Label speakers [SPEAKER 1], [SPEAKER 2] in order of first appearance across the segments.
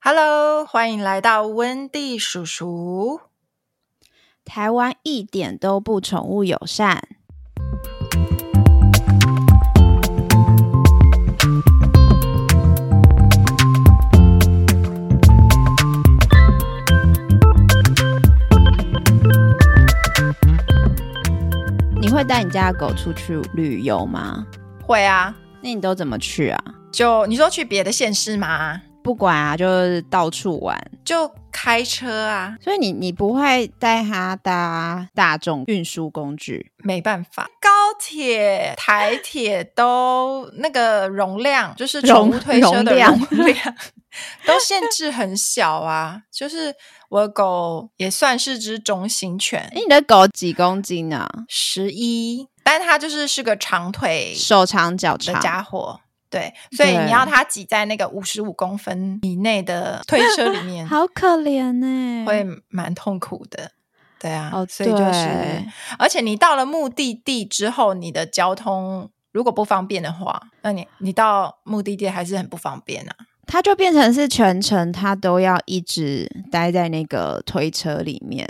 [SPEAKER 1] Hello，欢迎来到温蒂叔叔。
[SPEAKER 2] 台湾一点都不宠物友善。你会带你家的狗出去旅游吗？
[SPEAKER 1] 会啊，
[SPEAKER 2] 那你都怎么去啊？
[SPEAKER 1] 就你说去别的县市吗？
[SPEAKER 2] 不管啊，就是到处玩。
[SPEAKER 1] 就开车啊，
[SPEAKER 2] 所以你你不会带它搭大众运输工具？
[SPEAKER 1] 没办法，高铁、台铁都那个容量，就是宠物
[SPEAKER 2] 容
[SPEAKER 1] 推车的容
[SPEAKER 2] 容
[SPEAKER 1] 量
[SPEAKER 2] 量
[SPEAKER 1] 都限制很小啊。就是我的狗也算是只中型犬
[SPEAKER 2] 哎、，你的狗几公斤啊？
[SPEAKER 1] 十一，但它就是是个长腿
[SPEAKER 2] 手长脚
[SPEAKER 1] 的
[SPEAKER 2] 长，
[SPEAKER 1] 家伙。对，所以你
[SPEAKER 2] 对
[SPEAKER 1] 要它挤在那个五十五公分以内的推车里 面，
[SPEAKER 2] 好可怜欸呢、
[SPEAKER 1] 会蛮痛苦的。对啊，
[SPEAKER 2] 哦，
[SPEAKER 1] 所以就是
[SPEAKER 2] 对，
[SPEAKER 1] 而且你到了目的地之后，你的交通如果不方便的话，那你你到目的地还是很不方便啊。
[SPEAKER 2] 它就变成是全程它都要一直待在那个推车里面。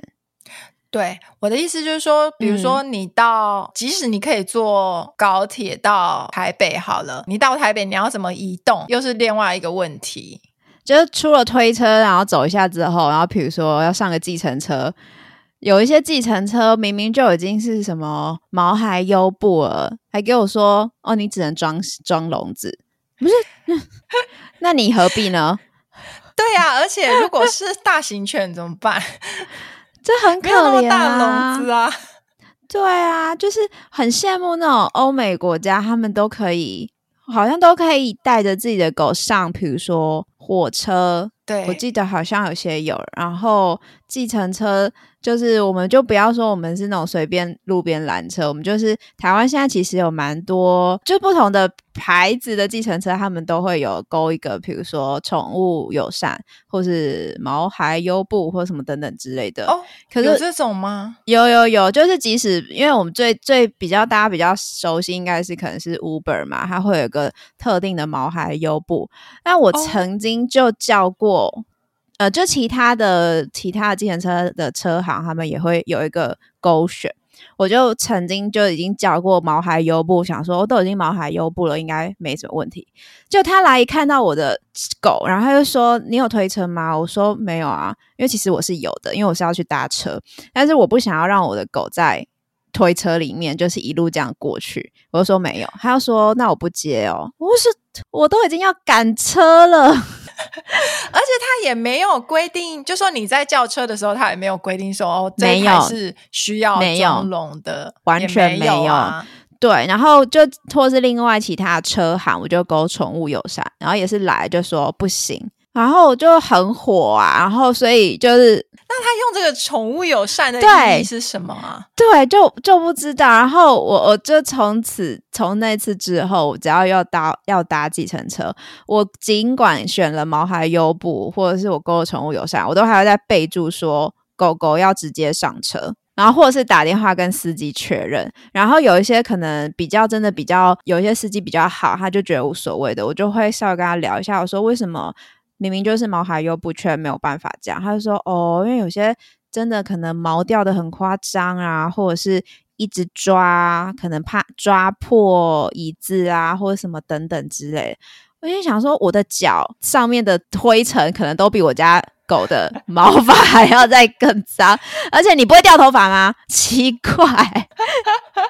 [SPEAKER 1] 对，我的意思就是说，比如
[SPEAKER 2] 嗯
[SPEAKER 1] 说你到，即使你可以坐高铁到台北好了，你到台北你要怎么移动，又是另外一个问题。
[SPEAKER 2] 就是出了推车，然后走一下之后，然后比如说要上个计程车，有一些计程车明明就已经是什么毛孩优步了，还给我说哦，你只能装装笼子，不是？那那你何必呢？
[SPEAKER 1] 对啊，而且如果是大型犬怎么办？
[SPEAKER 2] 这很 可
[SPEAKER 1] 没有那么
[SPEAKER 2] 怜
[SPEAKER 1] 大
[SPEAKER 2] 啊！
[SPEAKER 1] 笼子啊。
[SPEAKER 2] 对啊，就是很羡慕那种欧美国家，他们都可以，好像都可以带着自己的狗上，比如说火车，
[SPEAKER 1] 对，
[SPEAKER 2] 我记得好像有些有，然后计程车就是我们就不要说我们是那种随便路边拦车，我们就是台湾现在其实有蛮多，就不同的牌子的计程车，他们都会有勾一个，比如说宠物友善，或是毛孩优步或什么等等之类的。
[SPEAKER 1] 哦，
[SPEAKER 2] 可
[SPEAKER 1] 有
[SPEAKER 2] 是
[SPEAKER 1] 这种吗？
[SPEAKER 2] 有有有，就是即使因为我们最最比较大家比较熟悉，应该是可能是 Uber 嘛，它会有一个特定的毛孩优步。那我
[SPEAKER 1] 哦
[SPEAKER 2] 曾经就叫过，呃，就其他的其他的计程车的车行，他们也会有一个勾选。我就曾经就已经叫过毛孩优步，想说哦我都已经毛孩优步了，应该没什么问题。就他来一看到我的狗，然后他就说：“你有推车吗？”我说：“没有啊，因为其实我是有的，因为我是要去搭车。”但是我不想要让我的狗在推车里面，就是一路这样过去。我就说没有，他要说那我不接哦。我是我都已经要赶车了，
[SPEAKER 1] 而且他也没有规定，就说你在叫车的时候，他也没有规定说哦，这
[SPEAKER 2] 没
[SPEAKER 1] 一台
[SPEAKER 2] 有
[SPEAKER 1] 是需要
[SPEAKER 2] 没有
[SPEAKER 1] 装笼的，
[SPEAKER 2] 完
[SPEAKER 1] 也没
[SPEAKER 2] 全没
[SPEAKER 1] 啊。
[SPEAKER 2] 对，然后就或是另外其他车行，我就勾宠物友善，然后也是来就说不行。然后我就很火啊，然后所以就是
[SPEAKER 1] 那他用这个宠物友善的
[SPEAKER 2] 对
[SPEAKER 1] 意义是什么啊？
[SPEAKER 2] 对，就就不知道。然后我我就从此从那次之后，我只要要搭要搭计程车，我尽管选了毛孩优步或者是我勾的宠物友善，我都还要再备注说狗狗要直接上车。然后或者是打电话跟司机确认，然后有一些可能比较真的比较有一些司机比较好，他就觉得无所谓的，我就会稍微跟他聊一下，我说为什么明明就是毛孩优步却没有办法这样，他就说哦，因为有些真的可能毛掉的很夸张啊，或者是一直抓，可能怕抓破椅子啊，或者什么等等之类的。我就想说，我的脚上面的灰尘可能都比我家 狗的毛发还要再更脏，而且你不会掉头发吗？ 奇怪，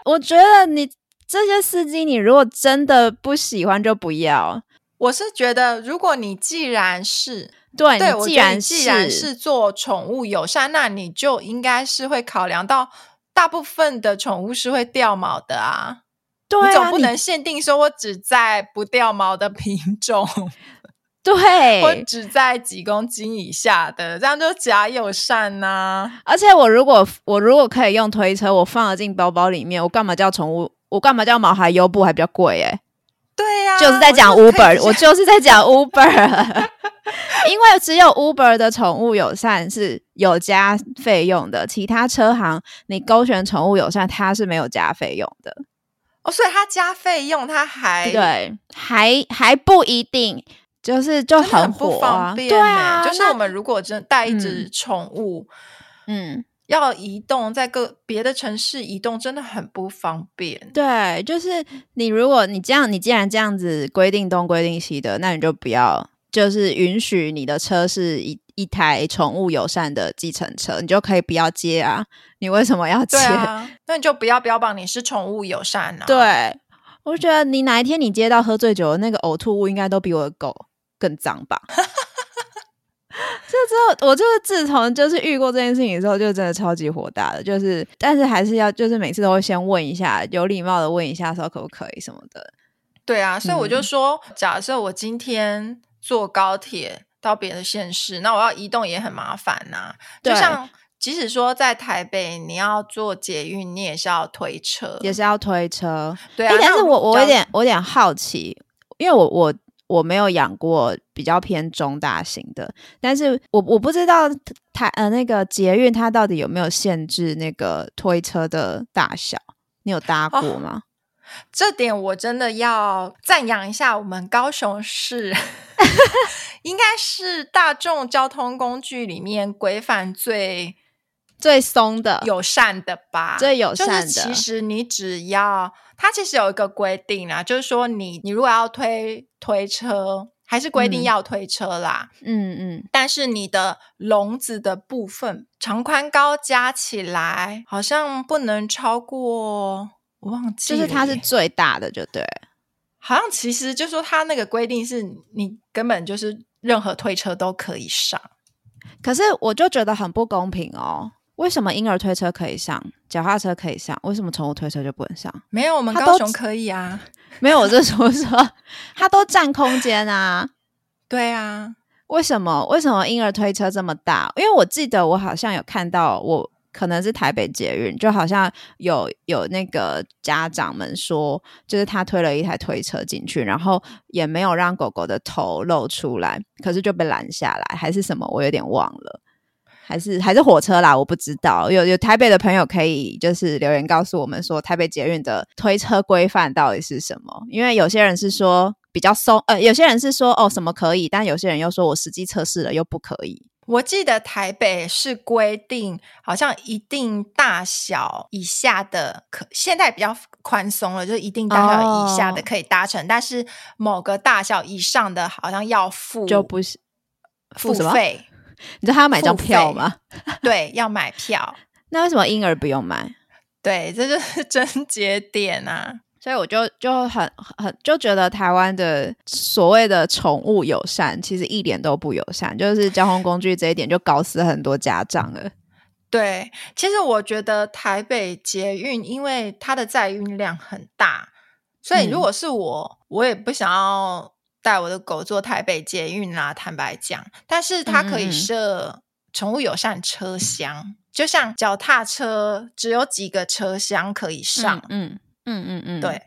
[SPEAKER 2] 我觉得你这些司机，你如果真的不喜欢就不要。
[SPEAKER 1] 我是觉得，如果你既然是
[SPEAKER 2] 对，
[SPEAKER 1] 对，
[SPEAKER 2] 你
[SPEAKER 1] 我
[SPEAKER 2] 既
[SPEAKER 1] 觉哎得你
[SPEAKER 2] 然
[SPEAKER 1] 既然是做宠物友善，那你就应该是会考量到大部分的宠物是会掉毛的啊。
[SPEAKER 2] 对
[SPEAKER 1] 你
[SPEAKER 2] 啊，
[SPEAKER 1] 总不
[SPEAKER 2] 你
[SPEAKER 1] 能限定说我只在不掉毛的品种，
[SPEAKER 2] 对，
[SPEAKER 1] 或只在几公斤以下的，这样就假友善呐、
[SPEAKER 2] 而且我如果我如果可以用推车，我放得进包包里面，我干嘛叫宠物？我干嘛叫毛孩优步还比较贵哎、
[SPEAKER 1] 对呀、
[SPEAKER 2] 就是在讲
[SPEAKER 1] 我就可以
[SPEAKER 2] Uber，我就是在 讲 Uber，因为只有 Uber 的宠物友善是有加费用的，其他车行你勾选宠物友善它是没有加费用的。
[SPEAKER 1] 哦，所以他加费用，他还
[SPEAKER 2] 对，还还不一定。就是就
[SPEAKER 1] 真的很不
[SPEAKER 2] 火啊，
[SPEAKER 1] 方便、欸。
[SPEAKER 2] 对啊，
[SPEAKER 1] 就是
[SPEAKER 2] 那
[SPEAKER 1] 我们如果真带一只宠物、
[SPEAKER 2] 嗯。
[SPEAKER 1] 要移动，在各别的城市移动，真的很不方便。
[SPEAKER 2] 对，就是你，如果你这样，你既然这样子规定东规定西的，那你就不要，就是允许你的车是一一台宠物友善的计程车，你就可以不要接啊。你为什么要接？
[SPEAKER 1] 对啊，那你就不要标榜你是宠物友善啊。，
[SPEAKER 2] 对我觉得你哪一天你接到喝醉酒的那个呕吐物，应该都比我的狗更 脏吧。这之后，我就是自从就是遇过这件事情之后，就真的超级火大的，就是但是还是要就是每次都会先问一下，有礼貌的问一下说可不可以什么的。
[SPEAKER 1] 对啊，所以我就
[SPEAKER 2] 嗯
[SPEAKER 1] 说，假设我今天坐高铁到别的县市，那我要移动也很麻烦呐、就
[SPEAKER 2] 对
[SPEAKER 1] 像即使说在台北，你要坐捷运，你也是要推车，
[SPEAKER 2] 也是要推车。
[SPEAKER 1] 对
[SPEAKER 2] 哎、
[SPEAKER 1] 啊。
[SPEAKER 2] 但
[SPEAKER 1] 那
[SPEAKER 2] 是我
[SPEAKER 1] 比
[SPEAKER 2] 我
[SPEAKER 1] 较
[SPEAKER 2] 有点我有点好奇，因为我我我没有养过比较偏中大型的，但是我我不知道台呃那个捷运它到底有没有限制那个推车的大小。你有搭
[SPEAKER 1] 哦
[SPEAKER 2] 过吗？
[SPEAKER 1] 这点我真的要赞扬一下我们高雄市， 应该是大众交通工具里面规范最
[SPEAKER 2] 最松的
[SPEAKER 1] 友善的吧？
[SPEAKER 2] 最友善的
[SPEAKER 1] 就是其实你只要它其实有一个规定啦，就是说你你如果要推推车，还是规定
[SPEAKER 2] 嗯
[SPEAKER 1] 要推车啦，
[SPEAKER 2] 嗯嗯，
[SPEAKER 1] 但是你的笼子的部分长宽高加起来好像不能超过。我忘记
[SPEAKER 2] 就
[SPEAKER 1] 了耶，
[SPEAKER 2] 是它是最大的，就对了。
[SPEAKER 1] 好像其实就说他那个规定是你根本就是任何推车都可以上，
[SPEAKER 2] 可是我就觉得很不公平哦。为什么婴儿推车可以上，脚踏车可以上，为什么宠物推车就不能上？
[SPEAKER 1] 没有我们
[SPEAKER 2] 他
[SPEAKER 1] 高
[SPEAKER 2] 都
[SPEAKER 1] 雄可以啊，
[SPEAKER 2] 没有，我是说说，它都占空间啊。
[SPEAKER 1] 对啊，
[SPEAKER 2] 为什么？为什么婴儿推车这么大？因为我记得我好像有看到我。可能是台北捷运，就好像有有那个家长们说，就是他推了一台推车进去，然后也没有让狗狗的头露出来，可是就被拦下来，还是什么，我有点忘了，还是还是火车啦，我不知道。有有台北的朋友可以就是留言告诉我们说，台北捷运的推车规范到底是什么？因为有些人是说比较松，呃，有些人是说哦什么可以，但有些人又说我实际测试了又不可以。
[SPEAKER 1] 我记得台北是规定好像一定大小以下的可，现在比较宽松了，就是一定大小以下的
[SPEAKER 2] 哦
[SPEAKER 1] 可以搭乘，但是某个大小以上的好像要付
[SPEAKER 2] 就不是付
[SPEAKER 1] 付
[SPEAKER 2] 什么
[SPEAKER 1] 费，
[SPEAKER 2] 你知道他要买张
[SPEAKER 1] 付费
[SPEAKER 2] 票吗？
[SPEAKER 1] 对，要买票，
[SPEAKER 2] 那为什么婴儿不用买？
[SPEAKER 1] 对，这就是 症结点啊。
[SPEAKER 2] 所以我就就很很就觉得台湾的所谓的宠物友善，其实一点都不友善，就是交通工具这一点就搞死很多家长了。
[SPEAKER 1] 对，其实我觉得台北捷运，因为它的载运量很大，所以如
[SPEAKER 2] 嗯
[SPEAKER 1] 果是我，我也不想要带我的狗坐台北捷运啦。坦白讲，但是它可
[SPEAKER 2] 嗯嗯
[SPEAKER 1] 以
[SPEAKER 2] 嗯
[SPEAKER 1] 设宠物友善车厢，就像脚踏车只有几个车厢可以上。
[SPEAKER 2] 嗯嗯嗯嗯，
[SPEAKER 1] 对，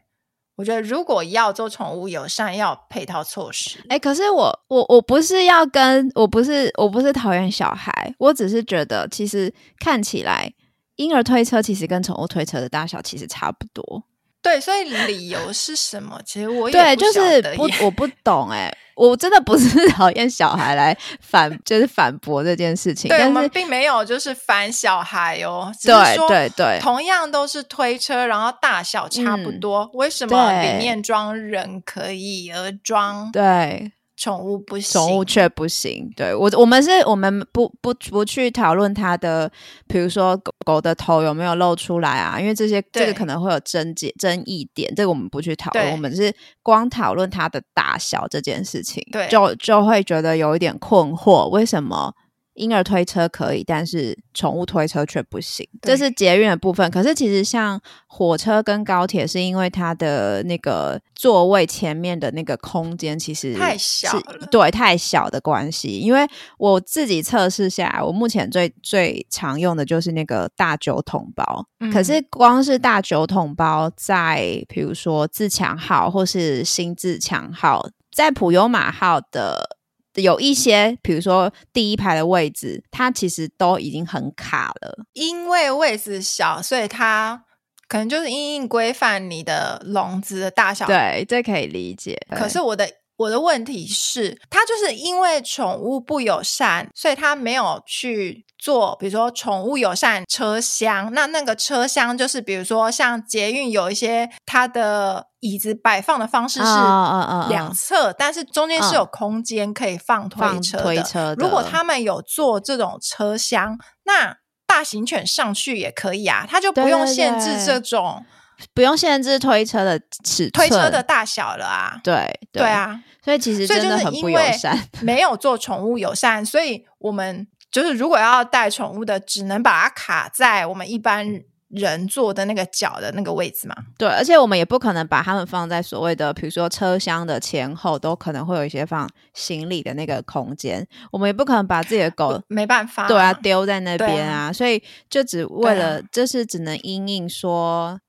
[SPEAKER 1] 我觉得如果要做宠物友善，要有配套措施。
[SPEAKER 2] 哎、可是我我我不是要跟我不是我不是讨厌小孩，我只是觉得其实看起来婴儿推车其实跟宠物推车的大小其实差不多。
[SPEAKER 1] 对，所以理由是什么？其实我也
[SPEAKER 2] 对，
[SPEAKER 1] 不
[SPEAKER 2] 就
[SPEAKER 1] 晓
[SPEAKER 2] 是
[SPEAKER 1] 得
[SPEAKER 2] 不
[SPEAKER 1] 耶
[SPEAKER 2] 我不懂哎、我真的不是 讨厌小孩来反就是反驳这件事情，
[SPEAKER 1] 对，我
[SPEAKER 2] 但
[SPEAKER 1] 们
[SPEAKER 2] 是
[SPEAKER 1] 并没有就是烦小孩哦，只是
[SPEAKER 2] 对
[SPEAKER 1] 说
[SPEAKER 2] 对对
[SPEAKER 1] 同样都是推车，然后大小差不
[SPEAKER 2] 嗯
[SPEAKER 1] 多，为什么
[SPEAKER 2] 对
[SPEAKER 1] 里面装人可以，而装
[SPEAKER 2] 对
[SPEAKER 1] 宠物不行？
[SPEAKER 2] 宠物却不行。对我，我们是我们不不不去讨论它的，比如说狗狗的头有没有露出来啊，因为这些
[SPEAKER 1] 对
[SPEAKER 2] 这个可能会有争结争议点，这个我们不去讨论，
[SPEAKER 1] 对
[SPEAKER 2] 我们是光讨论它的大小这件事情，
[SPEAKER 1] 对
[SPEAKER 2] 就就会觉得有一点困惑，为什么？婴儿推车可以，但是宠物推车却不行，
[SPEAKER 1] 对
[SPEAKER 2] 这是捷运的部分。可是其实像火车跟高铁，是因为它的那个座位前面的那个空间其实
[SPEAKER 1] 太
[SPEAKER 2] 是
[SPEAKER 1] 小了
[SPEAKER 2] 对，太小的关系。因为我自己测试下来，我目前最最常用的就是那个大酒桶包。
[SPEAKER 1] 嗯
[SPEAKER 2] 可是光是大酒桶包在比如说自强号或是新自强号，在普悠玛号的。有一些，比如说第一排的位置，它其实都已经很卡了。
[SPEAKER 1] 因为位置小，所以它可能就是因应规范你的笼子的大小。，
[SPEAKER 2] 对，这可以理解。
[SPEAKER 1] 可是我的我的问题是，他就是因为宠物不友善，所以他没有去做，比如说宠物友善车厢。那那个车厢就是，比如说像捷运有一些它的椅子摆放的方式是
[SPEAKER 2] 啊
[SPEAKER 1] 两侧，但是中间是有
[SPEAKER 2] 嗯
[SPEAKER 1] 空间可以放推
[SPEAKER 2] 放
[SPEAKER 1] 车
[SPEAKER 2] 推
[SPEAKER 1] 的。
[SPEAKER 2] 车的，
[SPEAKER 1] 如果他们有做这种车厢，那大型犬上去也可以啊，它就不
[SPEAKER 2] 对
[SPEAKER 1] 用
[SPEAKER 2] 对
[SPEAKER 1] 限制
[SPEAKER 2] 对
[SPEAKER 1] 这种
[SPEAKER 2] 不用限制推车的尺寸，
[SPEAKER 1] 推车的，大小了啊。
[SPEAKER 2] 对
[SPEAKER 1] 对，啊，
[SPEAKER 2] 所以其实
[SPEAKER 1] 所以
[SPEAKER 2] 真
[SPEAKER 1] 就
[SPEAKER 2] 的
[SPEAKER 1] 是
[SPEAKER 2] 很
[SPEAKER 1] 因
[SPEAKER 2] 不友
[SPEAKER 1] 为
[SPEAKER 2] 善。
[SPEAKER 1] 没有做宠物友善，所以我们就是如果要带宠物的，只能把它卡在我们一般人坐的那个脚的那个位置嘛。
[SPEAKER 2] 对，而且我们也不可能把它们放在所谓的，比如说车厢的前后，都可能会有一些放行李的那个空间。我们也不可能把自己的狗，
[SPEAKER 1] 没办法，
[SPEAKER 2] 对啊，丢在那
[SPEAKER 1] 对
[SPEAKER 2] 边
[SPEAKER 1] 啊
[SPEAKER 2] 啊。所以就只为
[SPEAKER 1] 对啊
[SPEAKER 2] 了，就是只能因应说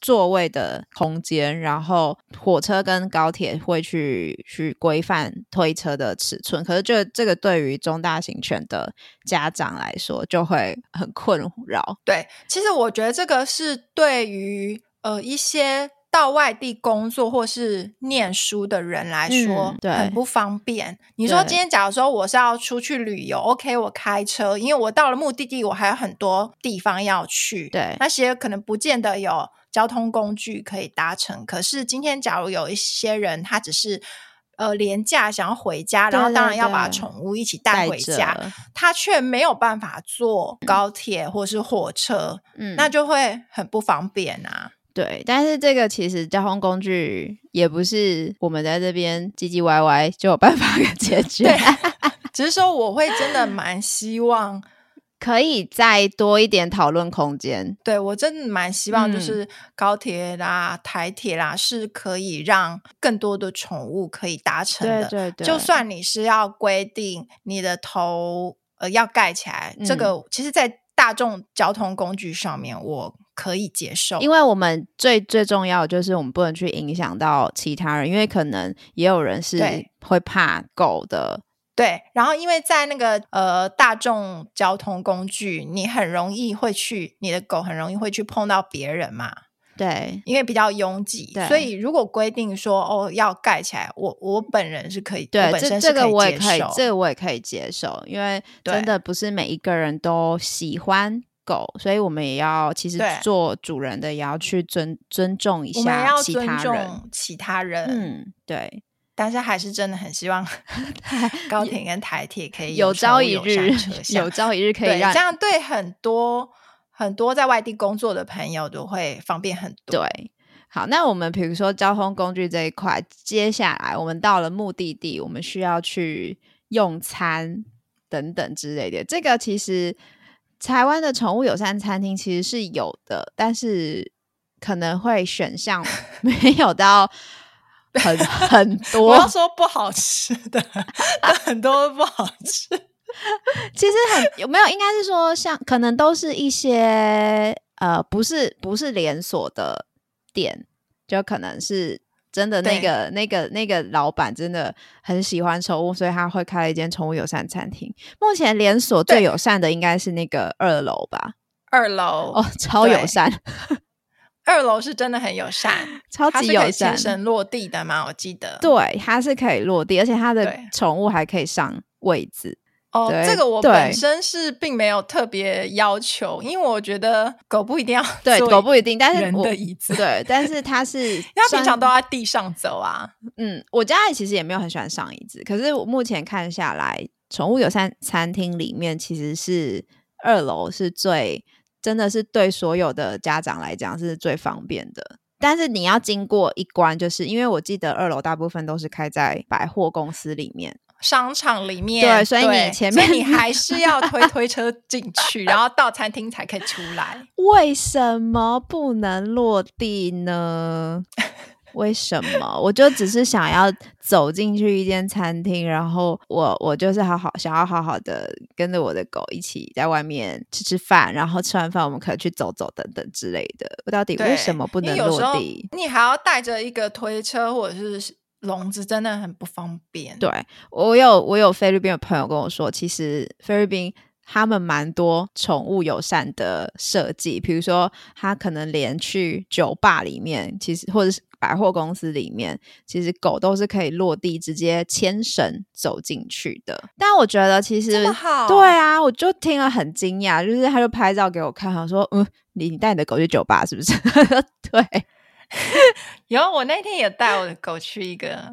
[SPEAKER 2] 座位的空间，然后火车跟高铁会去去规范推车的尺寸。可是这这个对于中大型犬的家长来说，就会很困扰。
[SPEAKER 1] 对，其实我觉得这个是对于呃一些到外地工作或是念书的人来说
[SPEAKER 2] 嗯，对
[SPEAKER 1] 很不方便。你说
[SPEAKER 2] 对
[SPEAKER 1] 今天假如说我是要出去旅游，OK，我开车，因为我到了目的地，我还有很多地方要去，
[SPEAKER 2] 对
[SPEAKER 1] 那些可能不见得有交通工具可以搭乘。可是今天假如有一些人，他只是。呃，廉价想要回家，然后
[SPEAKER 2] 对
[SPEAKER 1] 当
[SPEAKER 2] 对
[SPEAKER 1] 然要把
[SPEAKER 2] 对
[SPEAKER 1] 宠物一起带
[SPEAKER 2] 带
[SPEAKER 1] 回
[SPEAKER 2] 着
[SPEAKER 1] 家，他却没有办法坐高铁或是火车，
[SPEAKER 2] 嗯
[SPEAKER 1] 那就会很不方便啊。
[SPEAKER 2] 对，但是这个其实交通工具也不是我们在这边唧唧歪歪就有办法 解决啊
[SPEAKER 1] 对，只是说我会真 的蛮希望，
[SPEAKER 2] 可以再多一点讨论空间。
[SPEAKER 1] 对我真的蛮希望，就
[SPEAKER 2] 嗯
[SPEAKER 1] 是高铁啦、台铁啦，是可以让更多的宠物可以达成的。
[SPEAKER 2] 对对
[SPEAKER 1] 就算你是要规定你的头呃要盖起来，这
[SPEAKER 2] 嗯
[SPEAKER 1] 个其实，在大众交通工具上面，我可以接受。
[SPEAKER 2] 因为我们最最重要的就是我们不能去影响到其他人，因为可能也有人是
[SPEAKER 1] 对
[SPEAKER 2] 会怕狗的，
[SPEAKER 1] 对，然后因为在那个呃大众交通工具，你很容易会去你的狗很容易会去碰到别人嘛，
[SPEAKER 2] 对
[SPEAKER 1] 因为比较拥挤，
[SPEAKER 2] 对
[SPEAKER 1] 所以如果规定说哦要盖起来，我我本人是可以，我
[SPEAKER 2] 对，
[SPEAKER 1] 本
[SPEAKER 2] 这
[SPEAKER 1] 身
[SPEAKER 2] 这
[SPEAKER 1] 是
[SPEAKER 2] 个我也可
[SPEAKER 1] 接
[SPEAKER 2] 以
[SPEAKER 1] 受，，
[SPEAKER 2] 这个我也可以接受，因为真
[SPEAKER 1] 对
[SPEAKER 2] 的不是每一个人都喜欢。狗，所以我们也要其实
[SPEAKER 1] 对
[SPEAKER 2] 做主人的，也要去尊尊重一
[SPEAKER 1] 我们
[SPEAKER 2] 下
[SPEAKER 1] 要
[SPEAKER 2] 其
[SPEAKER 1] 尊
[SPEAKER 2] 他人。
[SPEAKER 1] 重其他人，
[SPEAKER 2] 嗯，对，
[SPEAKER 1] 但是还是真的很希 望高铁跟台铁可以
[SPEAKER 2] 有
[SPEAKER 1] 宠
[SPEAKER 2] 朝
[SPEAKER 1] 物
[SPEAKER 2] 一
[SPEAKER 1] 友
[SPEAKER 2] 日
[SPEAKER 1] 善车，厢
[SPEAKER 2] 有朝一日可以
[SPEAKER 1] 对
[SPEAKER 2] 让
[SPEAKER 1] 这样对很多很多在外地工作的朋友都会方便很多，
[SPEAKER 2] 对。好，那我们比如说交通工具这一块，接下来我们到了目的地，我们需要去用餐等等之类的。这个其实台湾的宠物友善餐厅其实是有的，但是可能会选项 没有到很很
[SPEAKER 1] 我要
[SPEAKER 2] 多。
[SPEAKER 1] 说不好吃的， 但很多都不好吃。
[SPEAKER 2] 其实很有没有，应该是说像可能都是一些呃，不是不是连锁的店，就可能是真的那
[SPEAKER 1] 对
[SPEAKER 2] 个那个那个老板真的很喜欢宠物，所以他会开了一间宠物友善餐厅。目前连锁最
[SPEAKER 1] 对
[SPEAKER 2] 友善的应该是那个二楼吧？
[SPEAKER 1] 二楼，
[SPEAKER 2] 哦，超
[SPEAKER 1] 对
[SPEAKER 2] 友 善，
[SPEAKER 1] 二楼是真的很友善，
[SPEAKER 2] 超
[SPEAKER 1] 它
[SPEAKER 2] 级
[SPEAKER 1] 是可
[SPEAKER 2] 友
[SPEAKER 1] 以亲
[SPEAKER 2] 善。
[SPEAKER 1] 身落地的嘛，我记得。
[SPEAKER 2] 对，它是可以落地，而且它的
[SPEAKER 1] 对
[SPEAKER 2] 宠物还可以上位子。
[SPEAKER 1] 哦，
[SPEAKER 2] 对
[SPEAKER 1] 这个我
[SPEAKER 2] 对
[SPEAKER 1] 本身是并没有特别要求，因为我觉得狗不一定要
[SPEAKER 2] 对，
[SPEAKER 1] 坐
[SPEAKER 2] 狗不一定，但是
[SPEAKER 1] 人
[SPEAKER 2] 我
[SPEAKER 1] 的椅子，
[SPEAKER 2] 对，但是 它
[SPEAKER 1] 它
[SPEAKER 2] 是
[SPEAKER 1] 平
[SPEAKER 2] 算
[SPEAKER 1] 常都在地上走啊。
[SPEAKER 2] 嗯，我家里其实也没有很喜欢上椅子，可是我目前看下来，宠物友善餐厅里面其实是二楼是最真的是对所有的家长来讲是最方便的。但是你要经过一关，就是因为我记得二楼大部分都是开在百货公司里面，
[SPEAKER 1] 商场里面，
[SPEAKER 2] 对所以你前面
[SPEAKER 1] 所以你还是要推推车进去，然后到餐厅才可以出来。
[SPEAKER 2] 为什么不能落地 呢？为什么？我就只是想要走进去一间餐厅，然后我我就是好好想要好好的跟着我的狗一起在外面吃吃饭，然后吃完饭我们可以去走走等等之类的。我到底
[SPEAKER 1] 对
[SPEAKER 2] 为什么不
[SPEAKER 1] 因为
[SPEAKER 2] 能
[SPEAKER 1] 有时
[SPEAKER 2] 落
[SPEAKER 1] 候
[SPEAKER 2] 地？
[SPEAKER 1] 你还要带着一个推车或者是笼子，真的很不方便。
[SPEAKER 2] 对我有我有菲律宾的朋友跟我说，其实菲律宾他们蛮多宠物友善的设计，比如说他可能连去酒吧里面，其实或者是百货公司里面，其实狗都是可以落地直接牵绳走进去的。但我觉得其
[SPEAKER 1] 这
[SPEAKER 2] 实
[SPEAKER 1] 么好，
[SPEAKER 2] 对啊，我就听了很惊讶，就是他就拍照给我看，他说：“嗯，你你带你的狗去酒吧是不 是？”对，
[SPEAKER 1] 然啊后我那天也带我的狗去一 个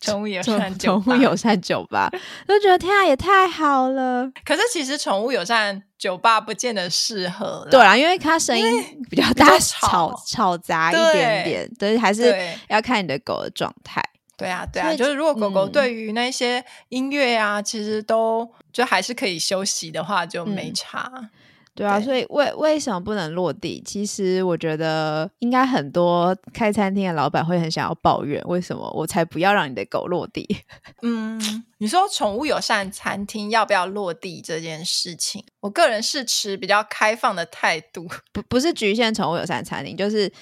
[SPEAKER 1] 宠物友善酒吧
[SPEAKER 2] 宠物，友善酒吧， 就觉得天啊，也太好了。
[SPEAKER 1] 可是其实宠物友善酒吧不见得适合啦，
[SPEAKER 2] 对啊啦，因为它声音比较
[SPEAKER 1] 比
[SPEAKER 2] 大，
[SPEAKER 1] 较吵
[SPEAKER 2] 吵吵杂一
[SPEAKER 1] 对
[SPEAKER 2] 点点，对，还是
[SPEAKER 1] 对
[SPEAKER 2] 要看你的狗的状态。
[SPEAKER 1] 对啊对
[SPEAKER 2] 所
[SPEAKER 1] 啊，
[SPEAKER 2] 以
[SPEAKER 1] 就是如果狗狗
[SPEAKER 2] 嗯
[SPEAKER 1] 对于那些音乐啊，其实都就还是可以休息的话，就没
[SPEAKER 2] 嗯
[SPEAKER 1] 差。
[SPEAKER 2] 对啊，
[SPEAKER 1] 对
[SPEAKER 2] 所以为为什么不能落地？其实我觉得应该很多开餐厅的老板会很想要抱怨，为什么我才不要让你的狗落地？
[SPEAKER 1] 嗯，你说宠物友善餐厅要不要落地这件事情，我个人是持比较开放的态度。
[SPEAKER 2] 不 不是局限宠物友善餐厅，就是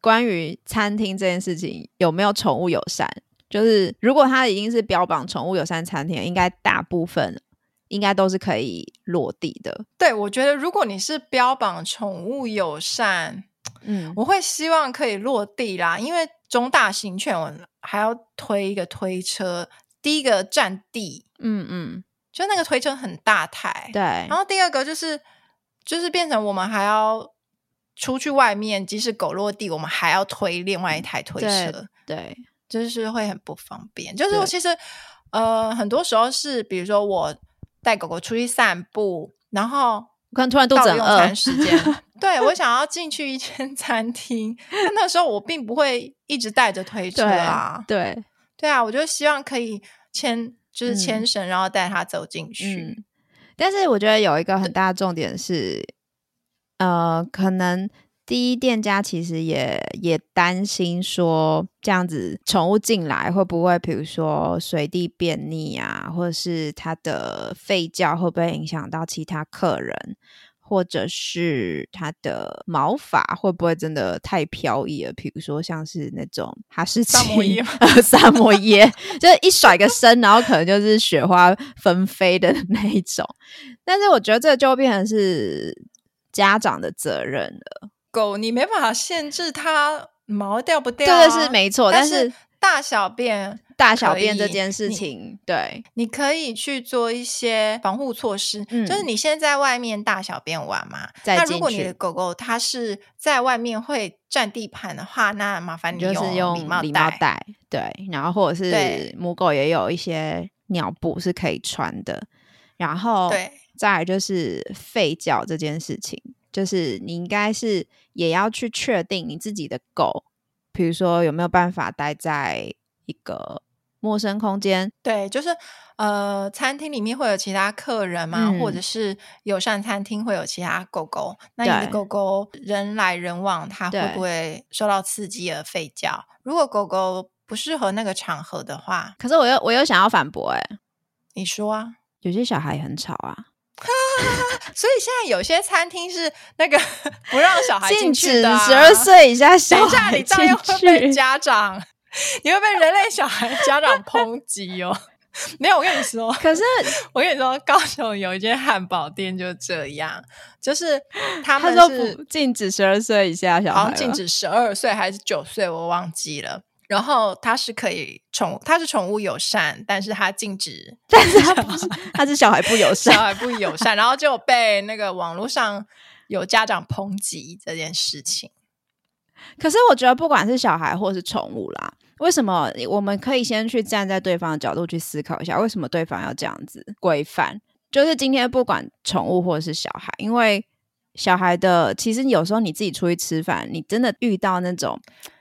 [SPEAKER 2] 关于餐厅这件事情有没有宠物友善。就是如果它已经是标榜宠物友善餐厅，应该大部分应该都是可以落地的。
[SPEAKER 1] 对，我觉得如果你是标榜宠物友善，
[SPEAKER 2] 嗯，
[SPEAKER 1] 我会希望可以落地啦，因为中大型犬我还要推一个推车，第一个占地，
[SPEAKER 2] 嗯嗯，
[SPEAKER 1] 就那个推车很大台，
[SPEAKER 2] 对，
[SPEAKER 1] 然后第二个就是就是变成我们还要出去外面，即使狗落地，我们还要推另外一台推
[SPEAKER 2] 嗯对
[SPEAKER 1] 车，
[SPEAKER 2] 对，
[SPEAKER 1] 就是会很不方便。就是我
[SPEAKER 2] 对
[SPEAKER 1] 其实呃，很多时候是比如说我带狗狗出去散步，然后
[SPEAKER 2] 可能突然肚
[SPEAKER 1] 到
[SPEAKER 2] 子
[SPEAKER 1] 了
[SPEAKER 2] 很
[SPEAKER 1] 用
[SPEAKER 2] 饿
[SPEAKER 1] 餐，时 间，对我想要进去一间 餐厅，但那时候我并不会一直带着推车
[SPEAKER 2] 对
[SPEAKER 1] 啊，
[SPEAKER 2] 对，
[SPEAKER 1] 对啊，我就希望可以牵，就是牵
[SPEAKER 2] 嗯
[SPEAKER 1] 绳，然后带它走进去。
[SPEAKER 2] 嗯。但是我觉得有一个很大的重点是，呃，可能第一店家其实也也担心说，这样子宠物进来会不会，比如说随地便溺啊，或者是它的吠叫会不会影响到其他客人，或者是它的毛发会不会真的太飘逸了？比如说像是那种哈士奇、
[SPEAKER 1] 萨摩耶吗
[SPEAKER 2] 萨摩耶， 就是一甩个身，然后可能就是雪花纷飞的那一种。但是我觉得这就变成是家长的责任了。
[SPEAKER 1] 狗你没办法限制它毛掉不
[SPEAKER 2] 这
[SPEAKER 1] 掉、啊，
[SPEAKER 2] 个是没错，但
[SPEAKER 1] 但
[SPEAKER 2] 是
[SPEAKER 1] 大小便
[SPEAKER 2] 大小
[SPEAKER 1] 可
[SPEAKER 2] 便这
[SPEAKER 1] 以
[SPEAKER 2] 件事
[SPEAKER 1] 你
[SPEAKER 2] 情，对，
[SPEAKER 1] 你可以去做一些防护措施，
[SPEAKER 2] 嗯
[SPEAKER 1] 就是你先在外面大小便完嘛。
[SPEAKER 2] 再
[SPEAKER 1] 那
[SPEAKER 2] 进
[SPEAKER 1] 如果你的
[SPEAKER 2] 去
[SPEAKER 1] 狗狗它是在外面会占地盘的话，那麻烦你
[SPEAKER 2] 就是用
[SPEAKER 1] 礼貌
[SPEAKER 2] 礼
[SPEAKER 1] 袋。
[SPEAKER 2] 貌袋，对，然后或者是
[SPEAKER 1] 对
[SPEAKER 2] 母狗也有一些尿布是可以穿的，然后
[SPEAKER 1] 对，
[SPEAKER 2] 再来就是吠叫这件事情，就是你应该是也要去确定你自己的狗，比如说有没有办法待在一个陌生空间，
[SPEAKER 1] 对，就是呃，餐厅里面会有其他客人嘛，或
[SPEAKER 2] 嗯
[SPEAKER 1] 者是友善餐厅会有其他狗狗。那你
[SPEAKER 2] 对
[SPEAKER 1] 的狗狗人来人往，它会
[SPEAKER 2] 对
[SPEAKER 1] 不会受到刺激而吠叫？如果狗狗不适合那个场合的话，
[SPEAKER 2] 可是我又我又想要反驳、欸，
[SPEAKER 1] 你说啊。
[SPEAKER 2] 有些小孩也很吵啊，
[SPEAKER 1] 所以现在有些餐厅是那个 不让小孩
[SPEAKER 2] 禁
[SPEAKER 1] 进去
[SPEAKER 2] 止
[SPEAKER 1] 的、啊，
[SPEAKER 2] 十二。岁以下
[SPEAKER 1] 等
[SPEAKER 2] 小
[SPEAKER 1] 一下，
[SPEAKER 2] 孩
[SPEAKER 1] 你
[SPEAKER 2] 进
[SPEAKER 1] 照样会被
[SPEAKER 2] 去。
[SPEAKER 1] 家长， 你会被人类小孩家长抨击哦。 没有，我跟你说，
[SPEAKER 2] 可是
[SPEAKER 1] 我跟你说，高雄有一间汉堡店就这样，就是他
[SPEAKER 2] 他
[SPEAKER 1] 们
[SPEAKER 2] 说
[SPEAKER 1] 是
[SPEAKER 2] 不禁止十二岁以下小孩，
[SPEAKER 1] 好像 禁。止十二岁还是九岁，我忘记了。然后它是可以宠，它是宠物友善，但是它禁 止
[SPEAKER 2] 但是他不是，他是小孩不友
[SPEAKER 1] 小
[SPEAKER 2] 善。
[SPEAKER 1] 孩不友善，然后就被那个网络上有家长抨击这件事情。
[SPEAKER 2] 可是我觉得，不管是小孩或是宠物啦，为什么我们可以先去站在对方的角度去思考一下，为什么对方要这样子规范？就是今天不管宠物或是小孩，因为小孩的其实有时候你自己出去吃饭，你真的遇到那种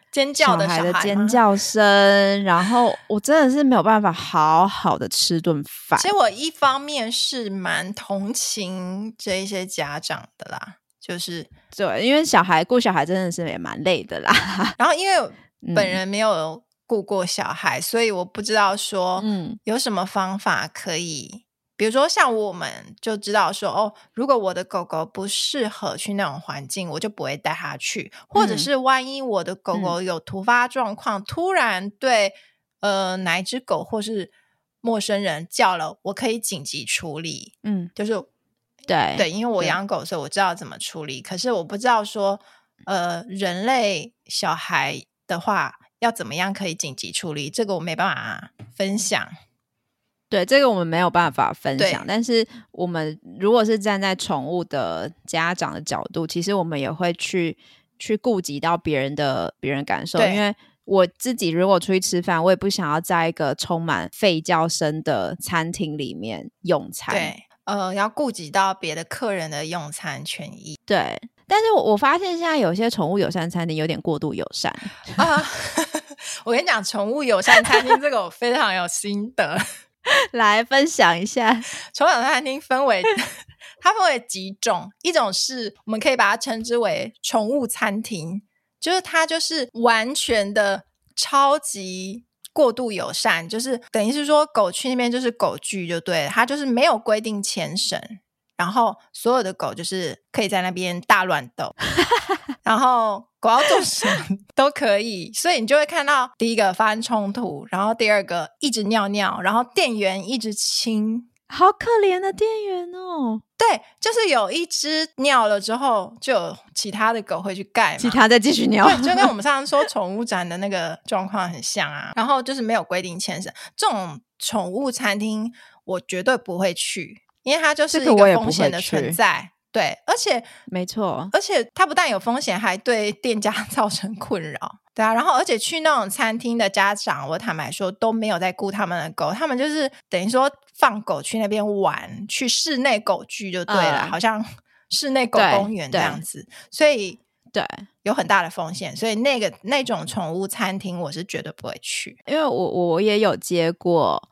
[SPEAKER 1] 尖叫的
[SPEAKER 2] 小孩的
[SPEAKER 1] 吗
[SPEAKER 2] 尖。叫声，然后我真的是没有办法好好的吃顿饭
[SPEAKER 1] 其。实我一方面是蛮同情这一些家长的啦，就是，
[SPEAKER 2] 对，因为小孩顾小孩真的是也蛮累的 啦。
[SPEAKER 1] 然后因为
[SPEAKER 2] 嗯
[SPEAKER 1] 本人没有顾过小孩，所以我不知道说
[SPEAKER 2] 嗯
[SPEAKER 1] 有什么方法可以。比如说，像我们就知道说，哦，如果我的狗狗不适合去那种环境，我就不会带它去；或者
[SPEAKER 2] 嗯
[SPEAKER 1] 是万一我的狗狗有突发状况，突然对呃哪一只狗或是陌生人叫了，我可以紧急处理。
[SPEAKER 2] 嗯，
[SPEAKER 1] 就是
[SPEAKER 2] 对
[SPEAKER 1] 对，因为我
[SPEAKER 2] 对
[SPEAKER 1] 养狗，所以我知道怎么处理。可是我不知道说，呃，人类小孩的话要怎么样可以紧急处理，这个我没办法分享。
[SPEAKER 2] 对，这个我们没有办法分
[SPEAKER 1] 对
[SPEAKER 2] 享，但是我们如果是站在宠物的家长的角度，其实我们也会去去顾及到别人的别人感受，
[SPEAKER 1] 对
[SPEAKER 2] 因为我自己如果出去吃饭，我也不想要在一个充满吠叫声的餐厅里面用餐。
[SPEAKER 1] 对，呃，要顾及到别的客人的用餐权益
[SPEAKER 2] 对但是我我发现现在有些宠物友善餐厅有点过度友善，
[SPEAKER 1] 啊。 我跟你讲，宠物友善餐厅这个我非常有心得。
[SPEAKER 2] 来分享一下。
[SPEAKER 1] 宠物友善餐厅分为 它分为几种，一种是我们可以把它称之为宠物餐厅，就是它就是完全的超级。过度友善，就是等于是说狗去那边就是狗聚就对了，它就是没有规定牵绳，然后所有的狗就是可以在那边大乱斗， 然后狗要做什么都可以，所以你就会看到第一个发生冲突，然后第二个一直尿尿，然后店员一直亲，
[SPEAKER 2] 好可怜的店员哦，
[SPEAKER 1] 对，就是有一只尿了之后，就有其他的狗会去盖嘛。
[SPEAKER 2] 其他再继续聊。
[SPEAKER 1] 对，就跟我们上次说宠物展的那个状况很像啊。然后就是没有规定牵绳，这种宠物餐厅我绝对不会去，因为它就是
[SPEAKER 2] 这
[SPEAKER 1] 一
[SPEAKER 2] 个我也
[SPEAKER 1] 个
[SPEAKER 2] 不
[SPEAKER 1] 风险
[SPEAKER 2] 会
[SPEAKER 1] 的
[SPEAKER 2] 去
[SPEAKER 1] 存在。对，而且
[SPEAKER 2] 没错，
[SPEAKER 1] 而且它不但有风险，还对店家 造成困扰。对啊，然后而且去那种餐厅的家长，我坦白说都没有在顾他们的狗，他们就是等于说放狗去那边玩，去室内狗聚就对了，
[SPEAKER 2] 嗯
[SPEAKER 1] 好像室内狗
[SPEAKER 2] 对
[SPEAKER 1] 公园这
[SPEAKER 2] 对
[SPEAKER 1] 样子，所以
[SPEAKER 2] 对。
[SPEAKER 1] 有很大的风险。所以那个那种宠物餐厅，我是绝对不会去。
[SPEAKER 2] 因为我我我也有接过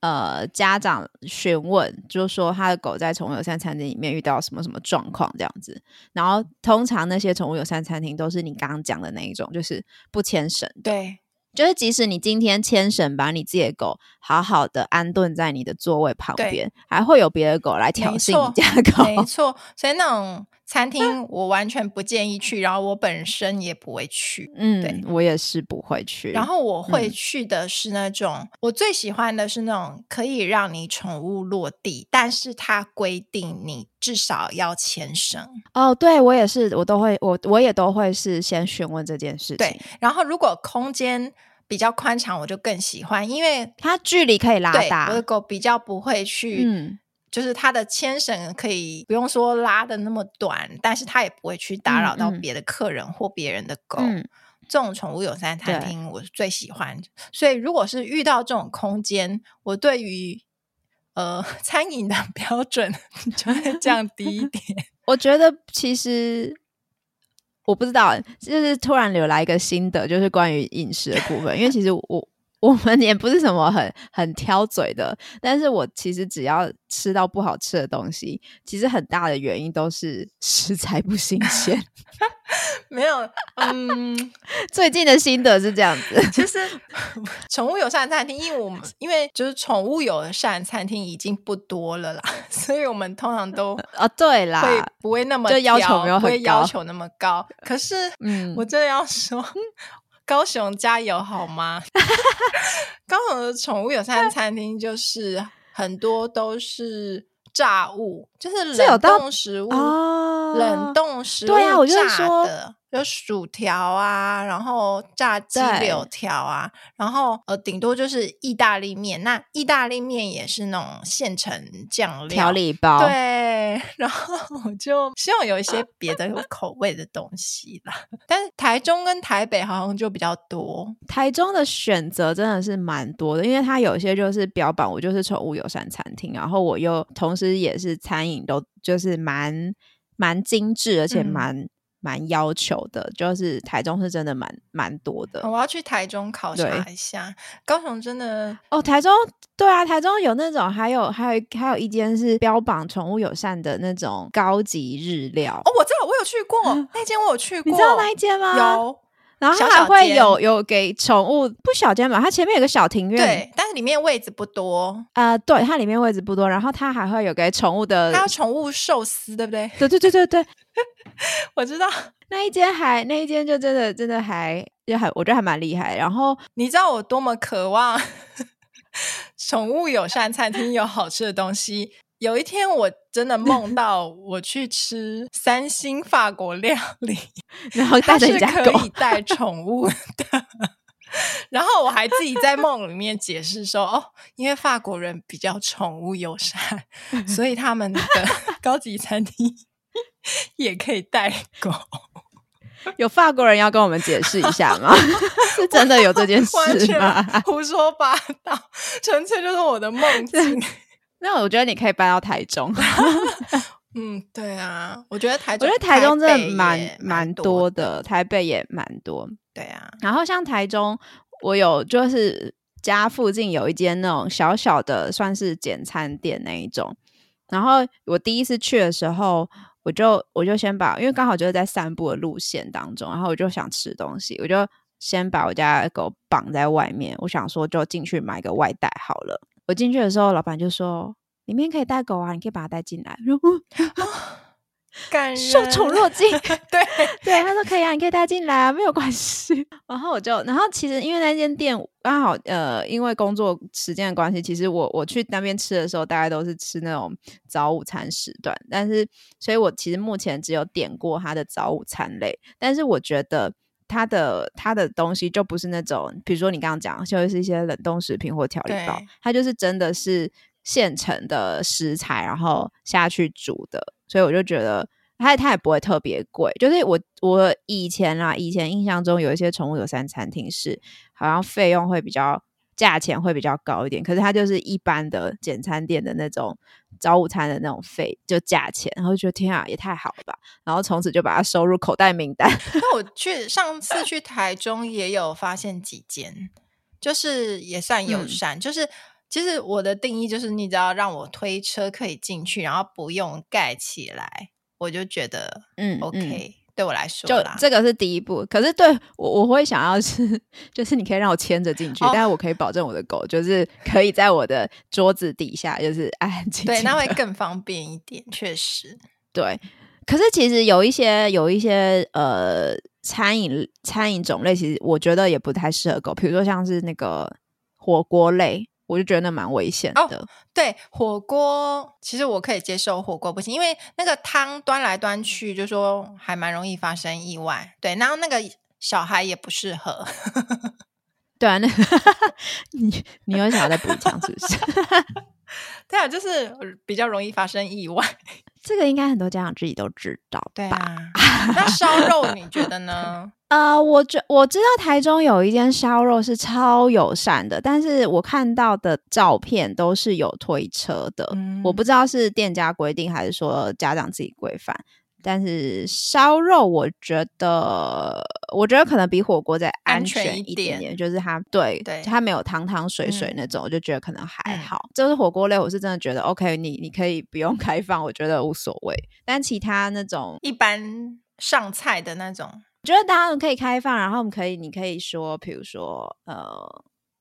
[SPEAKER 2] 呃家长询问，就说他的狗在宠物友善餐厅里面遇到什么什么状况这样子，然后通常那些宠物友善餐厅都是你刚刚讲的那一种，就是不牵绳的，
[SPEAKER 1] 对
[SPEAKER 2] 就是即使你今天牵绳把你自己的狗好好的安顿在你的座位旁
[SPEAKER 1] 对
[SPEAKER 2] 边，还会有别的狗来挑
[SPEAKER 1] 没
[SPEAKER 2] 衅
[SPEAKER 1] 错
[SPEAKER 2] 你家的
[SPEAKER 1] 没
[SPEAKER 2] 狗，
[SPEAKER 1] 错，所以那种餐厅我完全不建议去，然后我本身也不会去。对
[SPEAKER 2] 嗯，我也是不会去，
[SPEAKER 1] 然后我会
[SPEAKER 2] 嗯
[SPEAKER 1] 去的是那种，我最喜欢的是那种可以让你宠物落地，但是它规定你至少要牵绳。
[SPEAKER 2] 哦，对我也是，我都会，我我也都会是先询问这件事情，
[SPEAKER 1] 对，然后如果空间比较宽敞，我就更喜欢，因为
[SPEAKER 2] 它距离可以拉
[SPEAKER 1] 对
[SPEAKER 2] 大，
[SPEAKER 1] 我的狗比较不会去，
[SPEAKER 2] 嗯
[SPEAKER 1] 就是它的牵绳可以不用说拉的那么短，但是它也不会去打扰到
[SPEAKER 2] 嗯嗯
[SPEAKER 1] 别的客人或别人的狗。
[SPEAKER 2] 嗯，
[SPEAKER 1] 这种宠物友善餐
[SPEAKER 2] 对
[SPEAKER 1] 厅我是最喜欢，所以如果是遇到这种空间，我对于呃 餐饮的标准 就会降低一 点。
[SPEAKER 2] 我觉得其实我不知道，欸就是突然有来一个心得，就是关于饮食的部分，因为其实我。我们也不是什么很很挑嘴的，但是我其实只要吃到不好吃的东西，其实很大的原因都是 食材不新鲜。
[SPEAKER 1] 没有，嗯，
[SPEAKER 2] 最近的心得是这样子，
[SPEAKER 1] 其实宠物友善餐厅，因为我们因为就是宠物友善餐厅已经不多了啦， 所以我们通常都
[SPEAKER 2] 哦，对啦，
[SPEAKER 1] 会不会那么
[SPEAKER 2] 就要求
[SPEAKER 1] 挑
[SPEAKER 2] 没有
[SPEAKER 1] 不会
[SPEAKER 2] 很
[SPEAKER 1] 要
[SPEAKER 2] 高
[SPEAKER 1] 求那么高。可是
[SPEAKER 2] 嗯，
[SPEAKER 1] 我真的要说，高雄加油好吗？ 高雄的宠物友善餐厅就是很多都是炸物，就是
[SPEAKER 2] 这有
[SPEAKER 1] 冷
[SPEAKER 2] 到
[SPEAKER 1] 冻食物，
[SPEAKER 2] 哦，
[SPEAKER 1] 冷冻食物
[SPEAKER 2] 对啊我就是
[SPEAKER 1] 炸
[SPEAKER 2] 说
[SPEAKER 1] 的，有薯条啊，然后炸鸡
[SPEAKER 2] 对
[SPEAKER 1] 柳条啊，然后呃，顶多就是意大利面。那意大利面也是那种现成酱料
[SPEAKER 2] 调理包，
[SPEAKER 1] 对，然后我就希望有一些别的口味的东西啦。但是台中跟台北好像就比较多，
[SPEAKER 2] 台中的选择真的是蛮多的，因为它有些就是标榜我就是宠物友善餐厅，然后我又同时也是餐饮都就是蛮蛮精致，而且
[SPEAKER 1] 嗯
[SPEAKER 2] 蛮、蛮要求的，就是台中是真的蛮蛮多的。
[SPEAKER 1] 我要去台中考察
[SPEAKER 2] 对
[SPEAKER 1] 一下。高雄真的
[SPEAKER 2] 哦，台中对啊，台中有那种，还有还有还有一间是标榜宠物友善的那种高级日料，
[SPEAKER 1] 哦，我知道我有去过、那间，我有去过，
[SPEAKER 2] 啊你知道那一间吗？。
[SPEAKER 1] 有
[SPEAKER 2] 然后它
[SPEAKER 1] 小小
[SPEAKER 2] 还会
[SPEAKER 1] 间
[SPEAKER 2] 有有给宠物不小间吧，它前面有个小庭院，
[SPEAKER 1] 对，但是里面位置不多，
[SPEAKER 2] 呃，对，它里面位置不多，然后它还会有给宠物的
[SPEAKER 1] 它，有宠物寿司，对不对？
[SPEAKER 2] 对对对对对，
[SPEAKER 1] 我知道，
[SPEAKER 2] 那一间还那一间就真的真的还就还我觉得还蛮厉害。然后
[SPEAKER 1] 你知道我多么渴望 宠物友善餐厅有好吃的东西。有一天，我真的梦到我去吃三星法国料理，
[SPEAKER 2] 然后
[SPEAKER 1] 它
[SPEAKER 2] 带着你
[SPEAKER 1] 是
[SPEAKER 2] 家
[SPEAKER 1] 可
[SPEAKER 2] 狗，
[SPEAKER 1] 以带宠物的，然后我还自己在梦里面解释说，哦，因为法国人比较宠物友善，所以他 们的高级餐厅也可以带狗。
[SPEAKER 2] 哦有法国人要跟我们解释一 下吗？是真的有这件
[SPEAKER 1] 完
[SPEAKER 2] 事吗？
[SPEAKER 1] 全胡说八道，纯粹就是我的梦 境。
[SPEAKER 2] 那我觉得你可以搬到台中，
[SPEAKER 1] 嗯，对啊，我觉得台
[SPEAKER 2] 我
[SPEAKER 1] 中，
[SPEAKER 2] 觉得台中真
[SPEAKER 1] 北
[SPEAKER 2] 的
[SPEAKER 1] 也
[SPEAKER 2] 蛮蛮
[SPEAKER 1] 多
[SPEAKER 2] 多，的，台北也蛮多。
[SPEAKER 1] 对啊，
[SPEAKER 2] 然后像台中，我有就是家附近有一间那种小小的，算是简餐店那一种。然后我第一次去的时候，我就我就先把，因为刚好就是在散步的路线当中，然后我就想吃东西，我就先把我家的狗绑在外面，我想说就进去买个外带好了。我进去的时候，老板就说。里面可以带狗啊，你可以把它带进来。如果
[SPEAKER 1] 感人
[SPEAKER 2] 受宠若惊，
[SPEAKER 1] 对，
[SPEAKER 2] 对，他说可以啊，你可以带进来啊，没有关系。 然后我就，然后其实因为那间店刚好呃，因为工作时间的关系，其实我我去那边吃的时候，大概都是吃那种早午餐时段，但是所以我其实目前只有点过它的早午餐类，但是我觉得。它的它的东西就不是那种，比如说你刚刚讲，就是一些冷冻食品或调理包
[SPEAKER 1] 对，
[SPEAKER 2] 它就是真的是现成的食材，然后下去煮的，所以我就觉得它它也不会特别贵。就是我我以前啦，以前印象中有一些宠物友善餐厅是好像费用会比较价钱会比较高一点，可是它就是一般的简餐店的那种早午餐的那种费就价钱，然后就觉得天啊也太好了吧，然后从此就把它收入口袋名单。
[SPEAKER 1] 那我去上次去台中也有发现几间，就是也算友
[SPEAKER 2] 嗯
[SPEAKER 1] 善，就是。其实我的定义就是，你只要让我推车可以进去，然后不用盖起来，我就觉得
[SPEAKER 2] 嗯
[SPEAKER 1] OK、
[SPEAKER 2] 嗯
[SPEAKER 1] 对我来说
[SPEAKER 2] 就
[SPEAKER 1] 啦。
[SPEAKER 2] 这个是第一步，可是对我我会想要是， 就是你可以让我牵着进去，
[SPEAKER 1] 哦
[SPEAKER 2] 但是我可以保证我的狗就是可以在我的桌子底下，就是安安静静
[SPEAKER 1] 对，
[SPEAKER 2] 地。
[SPEAKER 1] 那会更方便一点，确实。
[SPEAKER 2] 对。可是其实有一些有一些呃餐饮餐饮种类，其实我觉得也不太适合狗，比如说像是那个火锅类，我就觉得那蛮危险
[SPEAKER 1] 哦
[SPEAKER 2] 的。
[SPEAKER 1] 对火锅，其实我可以接受火锅不行，因为那个汤端来端去，就说还蛮容易发生意外。对，然后那个小孩也不适合。
[SPEAKER 2] 对啊，那 你你有想要再补一枪是不是？
[SPEAKER 1] 对啊，就是呃比较容易发生意外。
[SPEAKER 2] 这个应该很多家长自己都知道吧？
[SPEAKER 1] 对啊，那烧肉你觉得 呢？
[SPEAKER 2] 呃，我觉我知道台中有一间烧肉是超友善的，但是我看到的照片都是有推车的，
[SPEAKER 1] 嗯
[SPEAKER 2] 我不知道是店家规定还是说家长自己规范。但是烧肉，我觉得，我觉得可能比火锅再
[SPEAKER 1] 安
[SPEAKER 2] 安
[SPEAKER 1] 全
[SPEAKER 2] 全
[SPEAKER 1] 一
[SPEAKER 2] 一点
[SPEAKER 1] 点
[SPEAKER 2] 点，就是它对
[SPEAKER 1] 对
[SPEAKER 2] 它没有汤汤水水
[SPEAKER 1] 嗯
[SPEAKER 2] 那种，我就觉得可能还
[SPEAKER 1] 嗯
[SPEAKER 2] 好。就是火锅类，我是真的觉得 OK，你你可以不用 开放，我觉得无所谓。但其他那种
[SPEAKER 1] 一般上菜的那种，
[SPEAKER 2] 觉得当然可以开放，然后我们可以，你可以说，比如说，呃，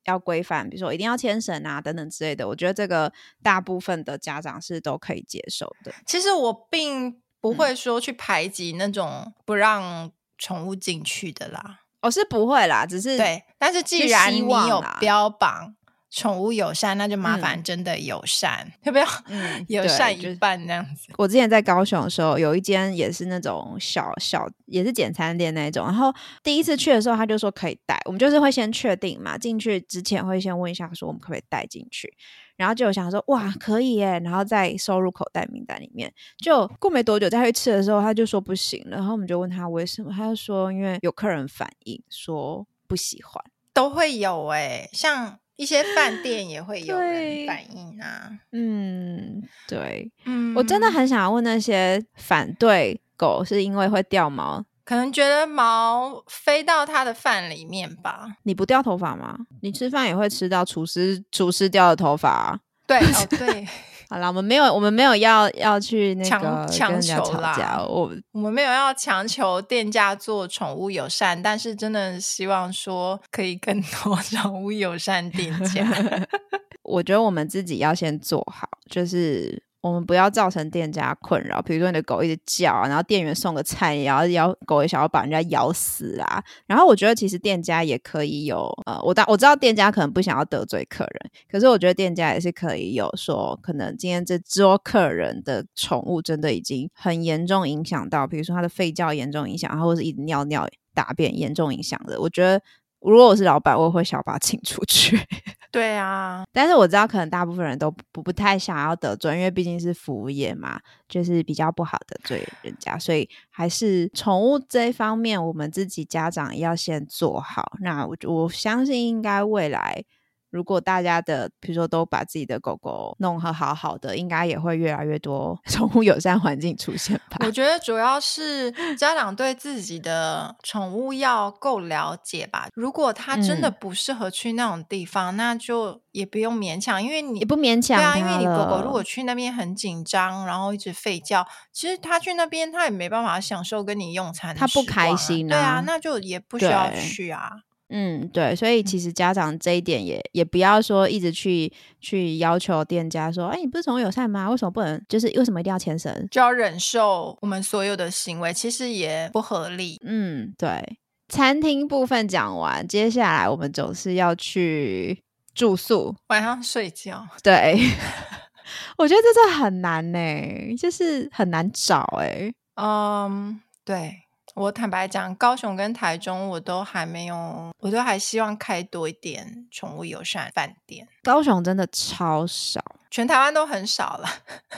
[SPEAKER 2] 要规范，比如说一定要牵绳啊，等等之类的。我觉得这个大部分的家长是都可以接受的。
[SPEAKER 1] 其实我并不会说去排挤那种不让宠物进去的啦。
[SPEAKER 2] 哦，是不会啦，只是
[SPEAKER 1] 对，但是既
[SPEAKER 2] 是
[SPEAKER 1] 然
[SPEAKER 2] 希
[SPEAKER 1] 你
[SPEAKER 2] 望
[SPEAKER 1] 有
[SPEAKER 2] 啦
[SPEAKER 1] 标榜宠物友善，那就麻
[SPEAKER 2] 嗯
[SPEAKER 1] 烦真的友善，要不要？
[SPEAKER 2] 嗯
[SPEAKER 1] 友
[SPEAKER 2] 对
[SPEAKER 1] 善
[SPEAKER 2] 就
[SPEAKER 1] 一
[SPEAKER 2] 是
[SPEAKER 1] 半那样子。
[SPEAKER 2] 我之前在高雄的时候，有一间也是那种小小，也是简餐店那一种。然后第一次去的时候，他就说可以带，我们就是会先确定嘛，进去之前会先问一下说我们可不可以带进去，然后就有想说哇可以耶，然后再收入口袋名单里面。就过没多久再去吃的时候，他就说不行了，然后我们就问他为什么，他就说因为有客人反映说不喜欢。
[SPEAKER 1] 都会有哎、像一些饭店也会有人
[SPEAKER 2] 对
[SPEAKER 1] 反映啊。
[SPEAKER 2] 嗯，对，
[SPEAKER 1] 嗯，
[SPEAKER 2] 我真的很想要问那些反对狗是因为会掉毛
[SPEAKER 1] 可能觉得毛飞到他的饭里面吧。
[SPEAKER 2] 你不掉头发吗？你吃饭也会吃到厨师厨师掉的头发、啊。
[SPEAKER 1] 对，哦对，
[SPEAKER 2] 好啦，我们没有，我们没有要要去那
[SPEAKER 1] 强
[SPEAKER 2] 个跟
[SPEAKER 1] 强
[SPEAKER 2] 人家
[SPEAKER 1] 求
[SPEAKER 2] 吵
[SPEAKER 1] 啦
[SPEAKER 2] 架。我
[SPEAKER 1] 我们没有要强求店家做宠物友善，但是真的希望说可以更多 宠物友善店家。
[SPEAKER 2] 我觉得我们自己要先做好，就是我们不要造成店家困扰。比如说你的狗一直叫啊，然后店员送个菜，然后咬狗也想要把人家咬死啊。然后我觉得其实店家也可以有呃，我当我知道店家可能不想要得罪客人，可是我觉得店家也是可以有说，可能今天这桌客人的宠物真的已经很严重影响到，比如说他的吠叫严重影响，然后或是一直尿尿。大便严重影响了，我觉得如果我是老板，我也会想把他请出去。
[SPEAKER 1] 对啊，
[SPEAKER 2] 但是我知道，可能大部分人都不不太想要得罪，因为毕竟是服务业嘛，就是比较不好得罪人家，所以还是宠物这一方面，我们自己家长要先做好。那我我相信，应该未来如果大家的，比如说都把自己的狗狗弄好好好的，应该也会越来越多 宠物友善环境出现吧
[SPEAKER 1] 我。觉得主要是家长对自己的宠物要够了解吧。如果它真的
[SPEAKER 2] 嗯
[SPEAKER 1] 不适合去那种地方，那就也不用勉强，因为你
[SPEAKER 2] 也不勉强
[SPEAKER 1] 对啊，
[SPEAKER 2] 它
[SPEAKER 1] 因为你狗狗
[SPEAKER 2] 了
[SPEAKER 1] 如果去那边很紧张，然后一直吠叫，其实它去那边它也没办法享受跟你用餐的
[SPEAKER 2] 它
[SPEAKER 1] 时
[SPEAKER 2] 不
[SPEAKER 1] 光啊，
[SPEAKER 2] 开心
[SPEAKER 1] 对
[SPEAKER 2] 啊
[SPEAKER 1] 啊，那就也不需要
[SPEAKER 2] 对
[SPEAKER 1] 去啊。
[SPEAKER 2] 嗯，对，所以其实家长这一点也也不要说一直去去要求店家说，哎，你不是宠物友善吗？为什么不能？就是为什么一定要牵绳？
[SPEAKER 1] 就要忍受我们所有的行为，其实也不合理。
[SPEAKER 2] 嗯，对。餐厅部分讲完，接下来我们总是要去住宿。
[SPEAKER 1] 晚上睡觉，
[SPEAKER 2] 对，我觉得这真的很难呢、就是很难找哎、
[SPEAKER 1] 嗯，对我坦白讲，高雄跟台中我都还没有，我都还希望开多一点宠物友善饭店，
[SPEAKER 2] 高雄真的超少，
[SPEAKER 1] 全台湾都很少了。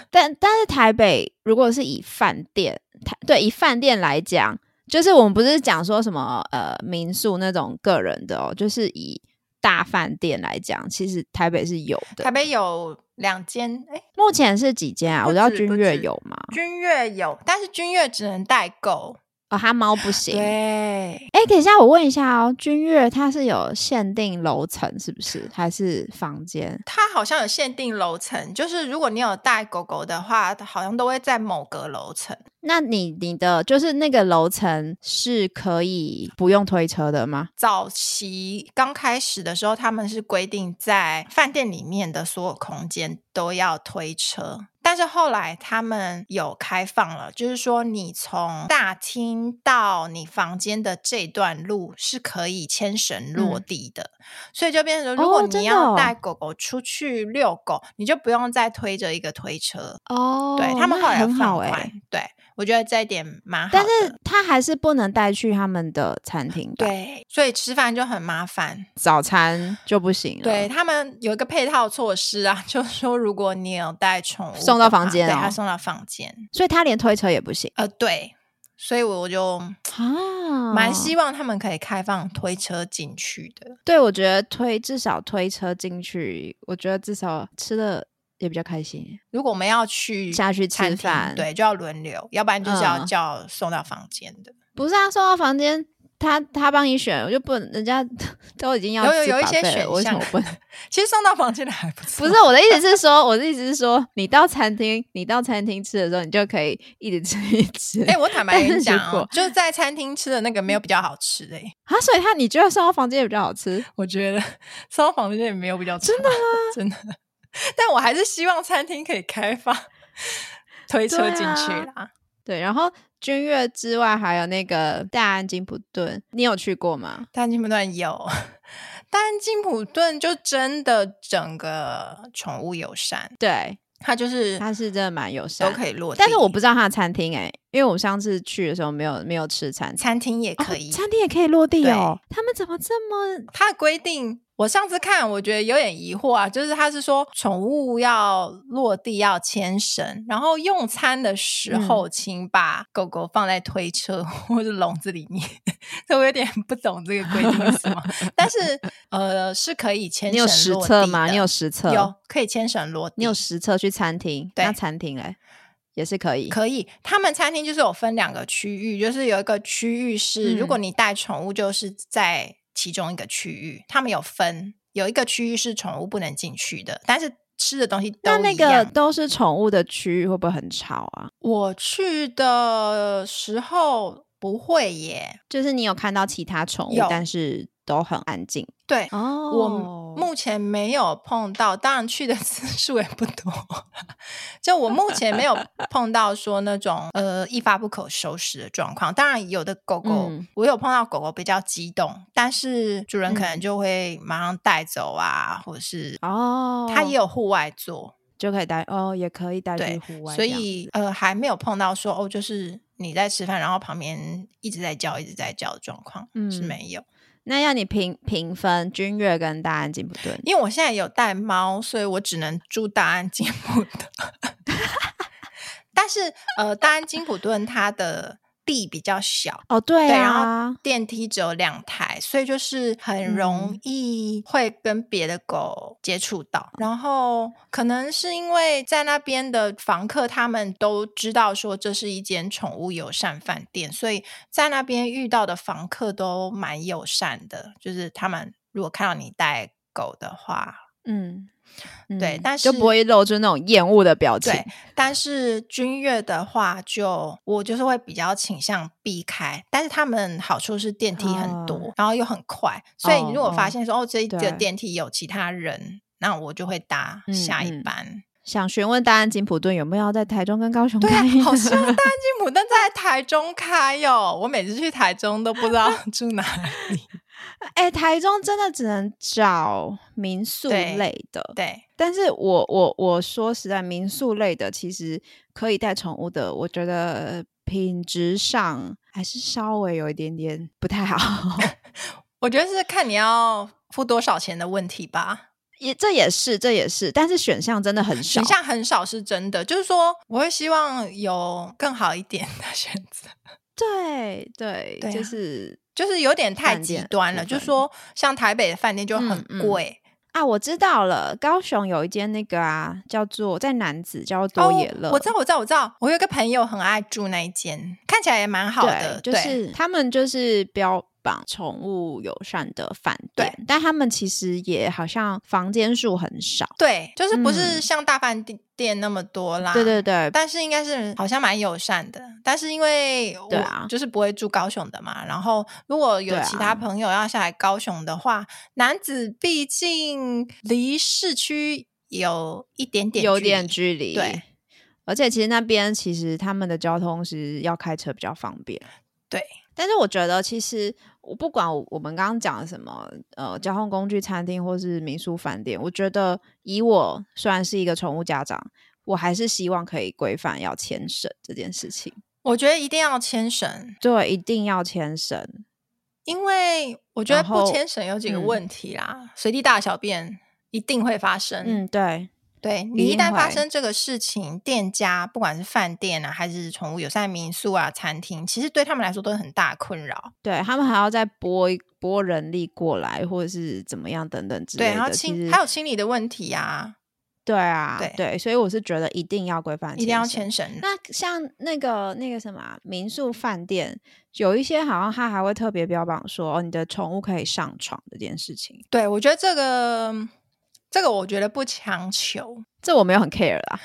[SPEAKER 2] 但但是台北如果是以饭店，台对以饭店来讲，就是我们不是讲说什么呃民宿那种个人的哦，就是以大饭店来讲，其实台北是有
[SPEAKER 1] 台
[SPEAKER 2] 的。
[SPEAKER 1] 北有两间，哎，
[SPEAKER 2] 目前是几间啊？我
[SPEAKER 1] 不
[SPEAKER 2] 知道
[SPEAKER 1] 止
[SPEAKER 2] 君
[SPEAKER 1] 不
[SPEAKER 2] 悦
[SPEAKER 1] 止
[SPEAKER 2] 有吗？
[SPEAKER 1] 君悦有，但是君悦只能带狗。
[SPEAKER 2] 哦，它猫不行。
[SPEAKER 1] 对，
[SPEAKER 2] 哎，等一下，我问一下哦，君悦它是有限定楼层是不是？还是房间？
[SPEAKER 1] 它好像有限定楼层，就是如果你有带狗狗的话，好像都会在某个楼层。
[SPEAKER 2] 那你你的就是那个楼层是可以不用推车的吗？
[SPEAKER 1] 早期刚开始的时候，他们是规定在饭店里面的所有空间都要推车，但是后来他们有开放了，就是说你从大厅到你房间的这段路是可以牵绳落
[SPEAKER 2] 嗯
[SPEAKER 1] 地的，所以就变成说，
[SPEAKER 2] 哦
[SPEAKER 1] 如果
[SPEAKER 2] 真
[SPEAKER 1] 你
[SPEAKER 2] 的
[SPEAKER 1] 要
[SPEAKER 2] 哦
[SPEAKER 1] 带狗狗出去遛狗，你就不用再推着一个推车。
[SPEAKER 2] 哦
[SPEAKER 1] 对他们
[SPEAKER 2] 那
[SPEAKER 1] 后来有
[SPEAKER 2] 很
[SPEAKER 1] 放
[SPEAKER 2] 好哎、
[SPEAKER 1] 宽，对我觉得这一点蛮好的。
[SPEAKER 2] 但是他还是不能带去他们的餐厅吧，
[SPEAKER 1] 对，所以吃饭就很麻烦。
[SPEAKER 2] 早餐就不行了。
[SPEAKER 1] 对，他们有一个配套措施啊， 就是说如果你有带宠物
[SPEAKER 2] 送
[SPEAKER 1] 的
[SPEAKER 2] 到房
[SPEAKER 1] 话
[SPEAKER 2] 间
[SPEAKER 1] 对，
[SPEAKER 2] 哦
[SPEAKER 1] 他送到房间。
[SPEAKER 2] 所以他连推车也不行
[SPEAKER 1] 呃，对，所以我就
[SPEAKER 2] 啊
[SPEAKER 1] 蛮希望他们可以开放推车进去的。
[SPEAKER 2] 对，我觉得推至少推车进去，我觉得至少吃的也比较开心。
[SPEAKER 1] 如果我们要去
[SPEAKER 2] 下去吃
[SPEAKER 1] 餐厅
[SPEAKER 2] 饭
[SPEAKER 1] 对，就要轮流，要不然就是
[SPEAKER 2] 嗯
[SPEAKER 1] 要叫送到房间的。
[SPEAKER 2] 不是啊，送到房间，他他帮你选，我就不能人家 都已经要
[SPEAKER 1] 有有
[SPEAKER 2] 吃
[SPEAKER 1] 有一些
[SPEAKER 2] buffet 了
[SPEAKER 1] 选
[SPEAKER 2] 为什么
[SPEAKER 1] 项
[SPEAKER 2] 我不能？
[SPEAKER 1] 其实送到房间的还不错，
[SPEAKER 2] 不是我的意思是说，我的意思是说，你到餐厅，你到餐厅吃的时候，你就可以一直吃一直吃。
[SPEAKER 1] 哎、我坦白
[SPEAKER 2] 但
[SPEAKER 1] 跟
[SPEAKER 2] 是
[SPEAKER 1] 你
[SPEAKER 2] 如
[SPEAKER 1] 讲、哦
[SPEAKER 2] 果，
[SPEAKER 1] 就是在餐厅吃的那个没有比较好吃哎、
[SPEAKER 2] 啊，所以他你觉得送到房间也比较好吃？
[SPEAKER 1] 我觉得送到房间也没有比较真的吗？真的，但我还是希望餐厅可以开放推车
[SPEAKER 2] 对
[SPEAKER 1] 进去
[SPEAKER 2] 啊
[SPEAKER 1] 啦。
[SPEAKER 2] 对，然后君悦之外还有那个大安金普顿，你有去过吗？
[SPEAKER 1] 但金普顿有，但金普顿就真的整个宠物友善，
[SPEAKER 2] 对，
[SPEAKER 1] 它就是
[SPEAKER 2] 它是真的蛮友善
[SPEAKER 1] 都，可以落地，
[SPEAKER 2] 但是我不知道它的餐厅哎、因为我上次去的时候没有没有吃餐厅，
[SPEAKER 1] 餐厅也
[SPEAKER 2] 哦
[SPEAKER 1] 可以。
[SPEAKER 2] 餐厅也可以落地
[SPEAKER 1] 对
[SPEAKER 2] 哦。他们怎么这么
[SPEAKER 1] 它的规定，我上次看我觉得有点疑惑啊，就是它是说宠物要落地要牵绳，然后用餐的时
[SPEAKER 2] 嗯
[SPEAKER 1] 候，请把狗狗放在推车 或者笼子里面，所以我有点不懂这个规定是什么。但是呃，是可以牵
[SPEAKER 2] 你有
[SPEAKER 1] 绳
[SPEAKER 2] 实
[SPEAKER 1] 落地
[SPEAKER 2] 测吗？
[SPEAKER 1] 的
[SPEAKER 2] 你有实测？
[SPEAKER 1] 有可以牵绳落地，
[SPEAKER 2] 你有实测去餐厅？
[SPEAKER 1] 对
[SPEAKER 2] 那餐厅嘞也是可以。
[SPEAKER 1] 可以，他们餐厅就是有分两个区域，就是有一个区域是、如
[SPEAKER 2] 嗯
[SPEAKER 1] 果你带宠物，就是在其中一个区域，他们有分，有一个区域是宠物不能进去的，但是吃的东西都
[SPEAKER 2] 那那
[SPEAKER 1] 一
[SPEAKER 2] 个
[SPEAKER 1] 样。
[SPEAKER 2] 都是宠物的区域，会不会很吵啊？
[SPEAKER 1] 我去的时候不会耶，
[SPEAKER 2] 就是你有看到其他宠物
[SPEAKER 1] 有，
[SPEAKER 2] 但是都很安静
[SPEAKER 1] 对。
[SPEAKER 2] 哦
[SPEAKER 1] 我目前没有碰到，当然去的 次数也不多。就我目前 没有碰到说那种呃一发不可收拾的状况。当然，有的狗狗、
[SPEAKER 2] 嗯
[SPEAKER 1] 我有碰到狗狗比较激动，但是主人可
[SPEAKER 2] 嗯
[SPEAKER 1] 能就会马上带走啊，或者是
[SPEAKER 2] 哦，
[SPEAKER 1] 它也有户外做，
[SPEAKER 2] 就可以带哦，也可以带去
[SPEAKER 1] 对
[SPEAKER 2] 户外这
[SPEAKER 1] 所
[SPEAKER 2] 样。
[SPEAKER 1] 以呃还没有碰到说哦，就是你在吃饭，然后旁边一直在叫一直在叫的状况、是
[SPEAKER 2] 嗯
[SPEAKER 1] 没有。
[SPEAKER 2] 那要你评评分君悦跟大安进不对，
[SPEAKER 1] 因为我现在有带猫，所以我只能住大安金普顿。 但是呃，大安金普顿它的地比较小，
[SPEAKER 2] 哦，对
[SPEAKER 1] 对，然
[SPEAKER 2] 啊
[SPEAKER 1] 后，电梯只有两台，所以就是很容
[SPEAKER 2] 嗯
[SPEAKER 1] 易会跟别的狗接触到。然后可能是因为在那边的房客他们都知道说这是一间宠物友善饭店，所以在那边遇到的房客都蛮友善的，就是他们如果看到你带狗的话，
[SPEAKER 2] 嗯，嗯
[SPEAKER 1] 对但
[SPEAKER 2] 就不会露出那种厌恶的表情
[SPEAKER 1] 对。，但是君悦的话就，我就是会比较倾向避开。但是他们好处是电梯很多，
[SPEAKER 2] 哦
[SPEAKER 1] 然后又很快，所以你如果
[SPEAKER 2] 哦
[SPEAKER 1] 发现说哦这一个
[SPEAKER 2] 对
[SPEAKER 1] 电梯有其他人，那我就会搭
[SPEAKER 2] 嗯
[SPEAKER 1] 下一
[SPEAKER 2] 嗯
[SPEAKER 1] 班。
[SPEAKER 2] 想询问大安金普顿有没有要在台中跟高雄
[SPEAKER 1] 对啊
[SPEAKER 2] 开？，
[SPEAKER 1] 好希 望大安吉普顿在台中开哟、我每次去台中都不知道 住哪里。
[SPEAKER 2] 哎、台中真的只能找民宿
[SPEAKER 1] 对
[SPEAKER 2] 类的。
[SPEAKER 1] 对，
[SPEAKER 2] 但是我我我说实在，民宿类的其实可以带宠物的，我觉得品质上还是稍微有一点点不太好。
[SPEAKER 1] 我觉得是看你要付多少钱的问题吧。
[SPEAKER 2] 也这也是这也是，但是选项真的很少。
[SPEAKER 1] 选项很少是真的，就是说我会希望有更好一点的选择。
[SPEAKER 2] 对对，
[SPEAKER 1] 对
[SPEAKER 2] 就
[SPEAKER 1] 啊
[SPEAKER 2] 是
[SPEAKER 1] 就是有点太
[SPEAKER 2] 饭
[SPEAKER 1] 极
[SPEAKER 2] 店
[SPEAKER 1] 端
[SPEAKER 2] 部
[SPEAKER 1] 了，就
[SPEAKER 2] 分
[SPEAKER 1] 说像台北的饭店就很
[SPEAKER 2] 嗯嗯
[SPEAKER 1] 贵，
[SPEAKER 2] 啊，我知道了，高雄有一间那个啊，叫做在南子叫做多野乐、
[SPEAKER 1] 哦。我知道，我知道，我知道，我有一个朋友很爱住那一间，看起来也蛮好的，
[SPEAKER 2] 对，就
[SPEAKER 1] 对
[SPEAKER 2] 是他们就是标榜宠物友善的饭店，但他们其实也好像房间数很少。
[SPEAKER 1] 对，就是不是
[SPEAKER 2] 嗯
[SPEAKER 1] 像大饭店店那么多啦，
[SPEAKER 2] 对对。对，
[SPEAKER 1] 但是应该是好像蛮友善的，但是因为我
[SPEAKER 2] 对啊
[SPEAKER 1] 就是不会住高雄的嘛，然后如果有
[SPEAKER 2] 对啊
[SPEAKER 1] 其他朋友要下来高雄的话，男子毕竟离市区有一点点
[SPEAKER 2] 有
[SPEAKER 1] 距离
[SPEAKER 2] 点距离。
[SPEAKER 1] 对。
[SPEAKER 2] 而且其实那边其实他们的交通是要开车比较方便。
[SPEAKER 1] 对，
[SPEAKER 2] 但是我觉得其实我不管我我们刚刚讲的什么，呃，交通工具、餐厅或是民宿饭店，我觉得以我虽然是一个宠物家长，我还是希望可以规范要牵绳这件事情。
[SPEAKER 1] 我觉得一定要牵绳，
[SPEAKER 2] 对，一定要牵绳。
[SPEAKER 1] 因为我觉得
[SPEAKER 2] 然
[SPEAKER 1] 不
[SPEAKER 2] 后
[SPEAKER 1] 牵绳有几个
[SPEAKER 2] 嗯
[SPEAKER 1] 问题啦，随地大小便一定会发生。
[SPEAKER 2] 嗯，对，
[SPEAKER 1] 对你一
[SPEAKER 2] 定
[SPEAKER 1] 旦发
[SPEAKER 2] 会
[SPEAKER 1] 生这个事情，店家不管是饭店啊，还是宠物友善民宿啊、餐厅，其实对他们来说都是很大的困扰。
[SPEAKER 2] 对他们还要再拨一拨人力过来，或者是怎么样等等之类
[SPEAKER 1] 对，
[SPEAKER 2] 的。
[SPEAKER 1] 然后
[SPEAKER 2] 其
[SPEAKER 1] 清
[SPEAKER 2] 实
[SPEAKER 1] 还有清理的问题啊，
[SPEAKER 2] 对啊，
[SPEAKER 1] 对
[SPEAKER 2] 所以我是觉得一定要规范，
[SPEAKER 1] 一定要。牵绳。
[SPEAKER 2] 那像那个那个什么啊民宿饭店，有一些好像他还会特别标榜说，哦，你的宠物可以上床这件事情，
[SPEAKER 1] 对，我觉得这个这个我觉得不强求。
[SPEAKER 2] 这我没有很 care 啦。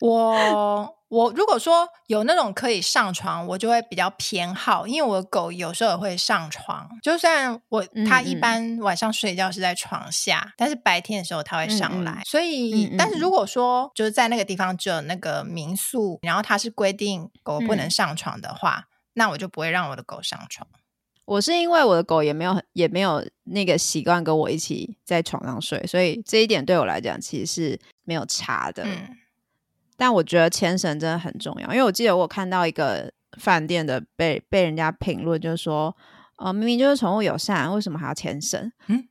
[SPEAKER 1] 我我如果说有那种可以上床，我就会比较偏好，因为我的狗有时候也会上床。就虽然我
[SPEAKER 2] 嗯
[SPEAKER 1] 它一
[SPEAKER 2] 嗯
[SPEAKER 1] 般晚上睡觉是在床下，但是白天的时候它会上
[SPEAKER 2] 嗯嗯
[SPEAKER 1] 来。所以，
[SPEAKER 2] 嗯嗯
[SPEAKER 1] 但是
[SPEAKER 2] 嗯
[SPEAKER 1] 如果说就是在那个地方只有那个民宿，然后它是规定狗不能
[SPEAKER 2] 嗯
[SPEAKER 1] 上床的话，那我就不会让我的狗上床。
[SPEAKER 2] 我是因为我的狗也没有很也没有那个习惯跟我一起在床上睡，所以这一点对我来讲其实是没有差的。
[SPEAKER 1] 嗯，
[SPEAKER 2] 但我觉得牵绳真的很重要，因为我记得我看到一个饭店的被被人家评论，就是说，呃，明明就是宠物友善，为什么还要牵绳？
[SPEAKER 1] 嗯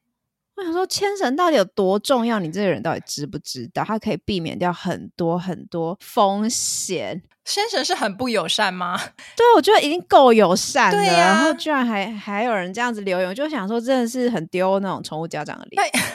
[SPEAKER 2] 我想说牵绳到底有多重要？你这个人到底知不知道？它可以避免掉很多很多风险。
[SPEAKER 1] 先生是很不友善吗？
[SPEAKER 2] 对，我觉得已经够友善了，
[SPEAKER 1] 对呀
[SPEAKER 2] 然后居然还还有人这样子留言，我就想说真的是很丢那种宠物家长的
[SPEAKER 1] 哎
[SPEAKER 2] 脸。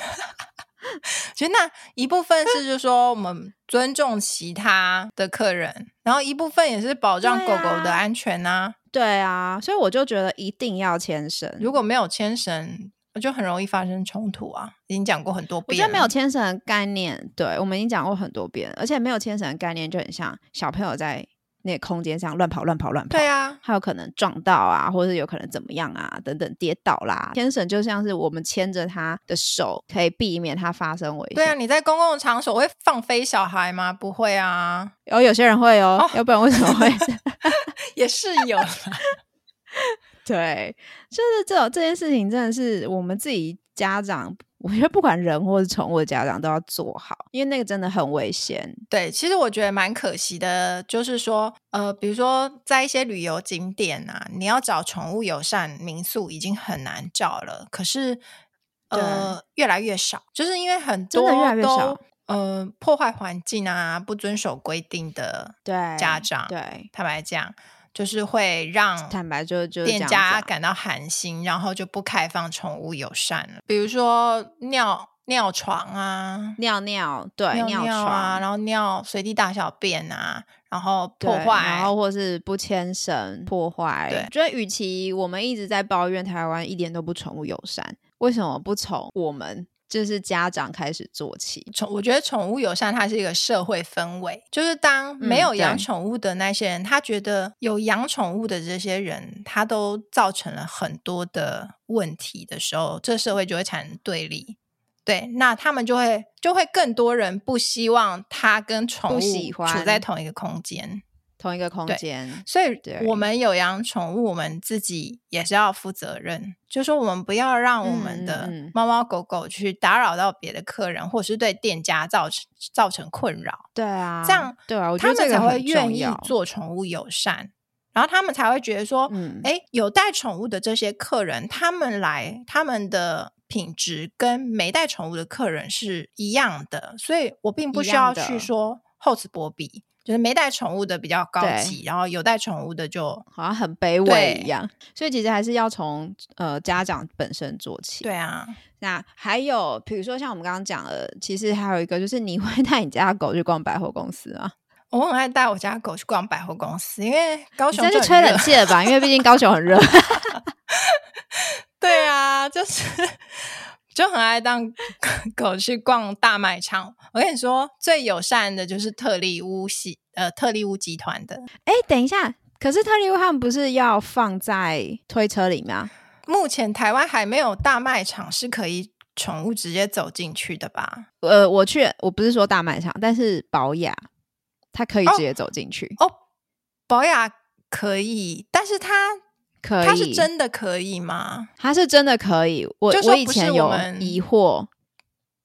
[SPEAKER 1] 其实那一部分是就是说我们尊重其他的客人，然后一部分也是保障
[SPEAKER 2] 对
[SPEAKER 1] 狗狗的
[SPEAKER 2] 啊
[SPEAKER 1] 安全呐、
[SPEAKER 2] 对啊，所以我就觉得一定要牵绳。
[SPEAKER 1] 如果没有牵绳，就很容易发生冲突啊。已经讲过很多
[SPEAKER 2] 我
[SPEAKER 1] 遍
[SPEAKER 2] 觉
[SPEAKER 1] 了，
[SPEAKER 2] 得没有牵绳的概念，对我们已经讲过很多遍了，而且没有牵绳的概念就很像小朋友在那个空间上乱跑、乱跑、乱跑。
[SPEAKER 1] 对啊，
[SPEAKER 2] 还有可能撞到啊，或者有可能怎么样啊，等等跌倒啦。牵绳就像是我们牵着他的手，可以避免它发生危险。
[SPEAKER 1] 对啊，，你在公共场所会放飞小孩吗？不会啊，
[SPEAKER 2] 然后有些人会哦，
[SPEAKER 1] 哦
[SPEAKER 2] 要不然为什么会？
[SPEAKER 1] 也是有啦
[SPEAKER 2] 对，就是这种这件事情真的是我们自己家长我觉得不管人或是宠物的家长都要做好，因为那个真的很危险。
[SPEAKER 1] 对，其实我觉得蛮可惜的，就是说，呃，比如说在一些旅游景点啊，你要找宠物友善民宿已经很难找了，可是呃越来越少，就是因为很
[SPEAKER 2] 真
[SPEAKER 1] 多
[SPEAKER 2] 的越来越
[SPEAKER 1] 都
[SPEAKER 2] 少
[SPEAKER 1] 呃破坏环境啊，不遵守规定的
[SPEAKER 2] 对，
[SPEAKER 1] 家长，
[SPEAKER 2] 对，
[SPEAKER 1] 坦白讲，就是会让
[SPEAKER 2] 坦白就就是这
[SPEAKER 1] 店
[SPEAKER 2] 样
[SPEAKER 1] 家
[SPEAKER 2] 子啊
[SPEAKER 1] 感到寒心，然后就不开放宠物友善了，比如说尿尿床啊，
[SPEAKER 2] 尿尿，对，
[SPEAKER 1] 尿
[SPEAKER 2] 床
[SPEAKER 1] 啊，然后尿随地大小便啊，然后
[SPEAKER 2] 对
[SPEAKER 1] 破坏，
[SPEAKER 2] 然后或是不牵绳破坏。
[SPEAKER 1] 对
[SPEAKER 2] 觉得与其我们一直在抱怨台湾一点都不宠物友善，为什么不从我们就是家长开始做起？
[SPEAKER 1] 宠，我觉得宠物友善它是一个社会氛围，就是当没有养
[SPEAKER 2] 嗯对
[SPEAKER 1] 宠物的那些人，他觉得有养宠物的这些人，他都造成了很多的问题的时候，这社会就会产生对立。对，那他们就会就会更多人不希望他跟宠
[SPEAKER 2] 不
[SPEAKER 1] 物
[SPEAKER 2] 喜
[SPEAKER 1] 处
[SPEAKER 2] 欢
[SPEAKER 1] 在同一个空间，
[SPEAKER 2] 同一个空
[SPEAKER 1] 对
[SPEAKER 2] 间，
[SPEAKER 1] 所以
[SPEAKER 2] 对
[SPEAKER 1] 我们有养宠物，我们自己也是要负责任，就说我们不要让我
[SPEAKER 2] 嗯
[SPEAKER 1] 们的
[SPEAKER 2] 嗯嗯
[SPEAKER 1] 猫猫狗狗去打扰到别的客人，或是对店家造成造成困扰，
[SPEAKER 2] 对啊，
[SPEAKER 1] 这样
[SPEAKER 2] 对啊，我觉
[SPEAKER 1] 他
[SPEAKER 2] 得这
[SPEAKER 1] 们
[SPEAKER 2] 个
[SPEAKER 1] 才会
[SPEAKER 2] 很
[SPEAKER 1] 愿
[SPEAKER 2] 重
[SPEAKER 1] 意
[SPEAKER 2] 要。
[SPEAKER 1] 做宠物友善，然后他们才会觉得说，
[SPEAKER 2] 嗯，
[SPEAKER 1] 哎、有带宠物的这些客人，他们来他们的。品质跟没带宠物的客人是一样的，所以我并不
[SPEAKER 2] 一
[SPEAKER 1] 需
[SPEAKER 2] 样
[SPEAKER 1] 要
[SPEAKER 2] 的
[SPEAKER 1] 去说厚此薄彼，就是没带宠物的比较高
[SPEAKER 2] 对
[SPEAKER 1] 级，然后有带宠物的就
[SPEAKER 2] 好像很卑微
[SPEAKER 1] 对
[SPEAKER 2] 一样，所以其实还是要从呃家长本身做起。
[SPEAKER 1] 对啊，
[SPEAKER 2] 那还有，比如说像我们刚刚讲的，其实还有一个就是，你会带你家的狗去逛百货公司吗？
[SPEAKER 1] 我很爱带我家狗去逛百货公司，因为高
[SPEAKER 2] 你
[SPEAKER 1] 雄
[SPEAKER 2] 再去
[SPEAKER 1] 就
[SPEAKER 2] 吹
[SPEAKER 1] 很
[SPEAKER 2] 冷
[SPEAKER 1] 热。
[SPEAKER 2] 气了吧，因为毕竟高雄很 热。
[SPEAKER 1] 对啊，就是 就很爱当狗去逛大卖场。我跟你说，最友善的就是特力屋系呃特力屋集团的，
[SPEAKER 2] 哎、等一下，可是特利乌汉不是要放在推车里面啊？
[SPEAKER 1] 目前台湾还没有大卖场是可以宠物直接走进去的吧？
[SPEAKER 2] 呃，我去，我不是说大卖场，但是保雅它可以直接走进去，
[SPEAKER 1] 哦，保雅可以，但是它
[SPEAKER 2] 可以，
[SPEAKER 1] 它是，真的可以吗？
[SPEAKER 2] 它是真的可以。我
[SPEAKER 1] 就说
[SPEAKER 2] 我以
[SPEAKER 1] 不是
[SPEAKER 2] 前
[SPEAKER 1] 我
[SPEAKER 2] 有
[SPEAKER 1] 们
[SPEAKER 2] 疑惑，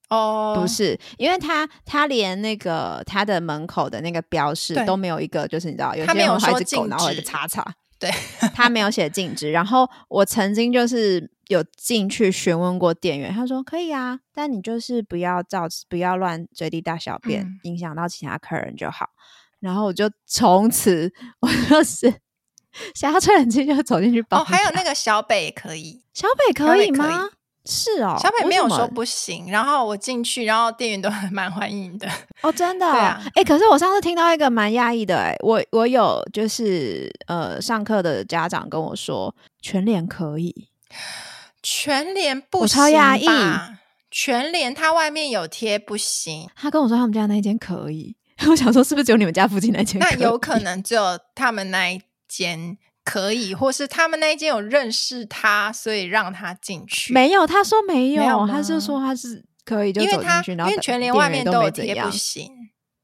[SPEAKER 1] 哦，
[SPEAKER 2] 不是，因为它它连那个它的门口的那个标识
[SPEAKER 1] 对
[SPEAKER 2] 都没有一个，就是你知道，有
[SPEAKER 1] 它
[SPEAKER 2] 些
[SPEAKER 1] 没有
[SPEAKER 2] 人会画
[SPEAKER 1] 说
[SPEAKER 2] 一只狗，
[SPEAKER 1] 禁
[SPEAKER 2] 然后有一个
[SPEAKER 1] 止
[SPEAKER 2] 叉叉，
[SPEAKER 1] 对，
[SPEAKER 2] 他没有写禁止。然后我曾经就是有进去询问过店员，他说可以啊，但你就是不要造，不要乱随地大小便，
[SPEAKER 1] 嗯
[SPEAKER 2] 影响到其他客人就好。然后我就从此我就是 想要吹冷气就走进去包
[SPEAKER 1] 哦，
[SPEAKER 2] 厢。
[SPEAKER 1] 还有那个小北也可以。
[SPEAKER 2] 小北
[SPEAKER 1] 小
[SPEAKER 2] 可
[SPEAKER 1] 北
[SPEAKER 2] 以
[SPEAKER 1] 可
[SPEAKER 2] 吗？是哦，
[SPEAKER 1] 小北
[SPEAKER 2] 为
[SPEAKER 1] 没
[SPEAKER 2] 什
[SPEAKER 1] 有
[SPEAKER 2] 么
[SPEAKER 1] 说不行，然后我进去，然后店员都还 蛮欢迎的。
[SPEAKER 2] 哦，真的、哦，
[SPEAKER 1] 对啊
[SPEAKER 2] 哎、可是我上次听到一个蛮讶异的、哎，我我有就是呃，上课的家长跟我说，全脸可以，
[SPEAKER 1] 全联不
[SPEAKER 2] 我
[SPEAKER 1] 行
[SPEAKER 2] 超压抑
[SPEAKER 1] 吧全联它外面有贴不行，
[SPEAKER 2] 他跟我说他们家那一间可以， 我想说是不是只有你们家附近那间？
[SPEAKER 1] 那有可，能只有他们那一间可以，或是他们那一间有认识他，所以让他进去。
[SPEAKER 2] 没有，他说没有，
[SPEAKER 1] 没有吗
[SPEAKER 2] 他就说他是可以就
[SPEAKER 1] 因为
[SPEAKER 2] 走进
[SPEAKER 1] 他
[SPEAKER 2] 去，
[SPEAKER 1] 因
[SPEAKER 2] 然后
[SPEAKER 1] 为全联
[SPEAKER 2] 店
[SPEAKER 1] 外
[SPEAKER 2] 员也
[SPEAKER 1] 面
[SPEAKER 2] 都没
[SPEAKER 1] 有
[SPEAKER 2] 怎
[SPEAKER 1] 贴不
[SPEAKER 2] 样。
[SPEAKER 1] 行，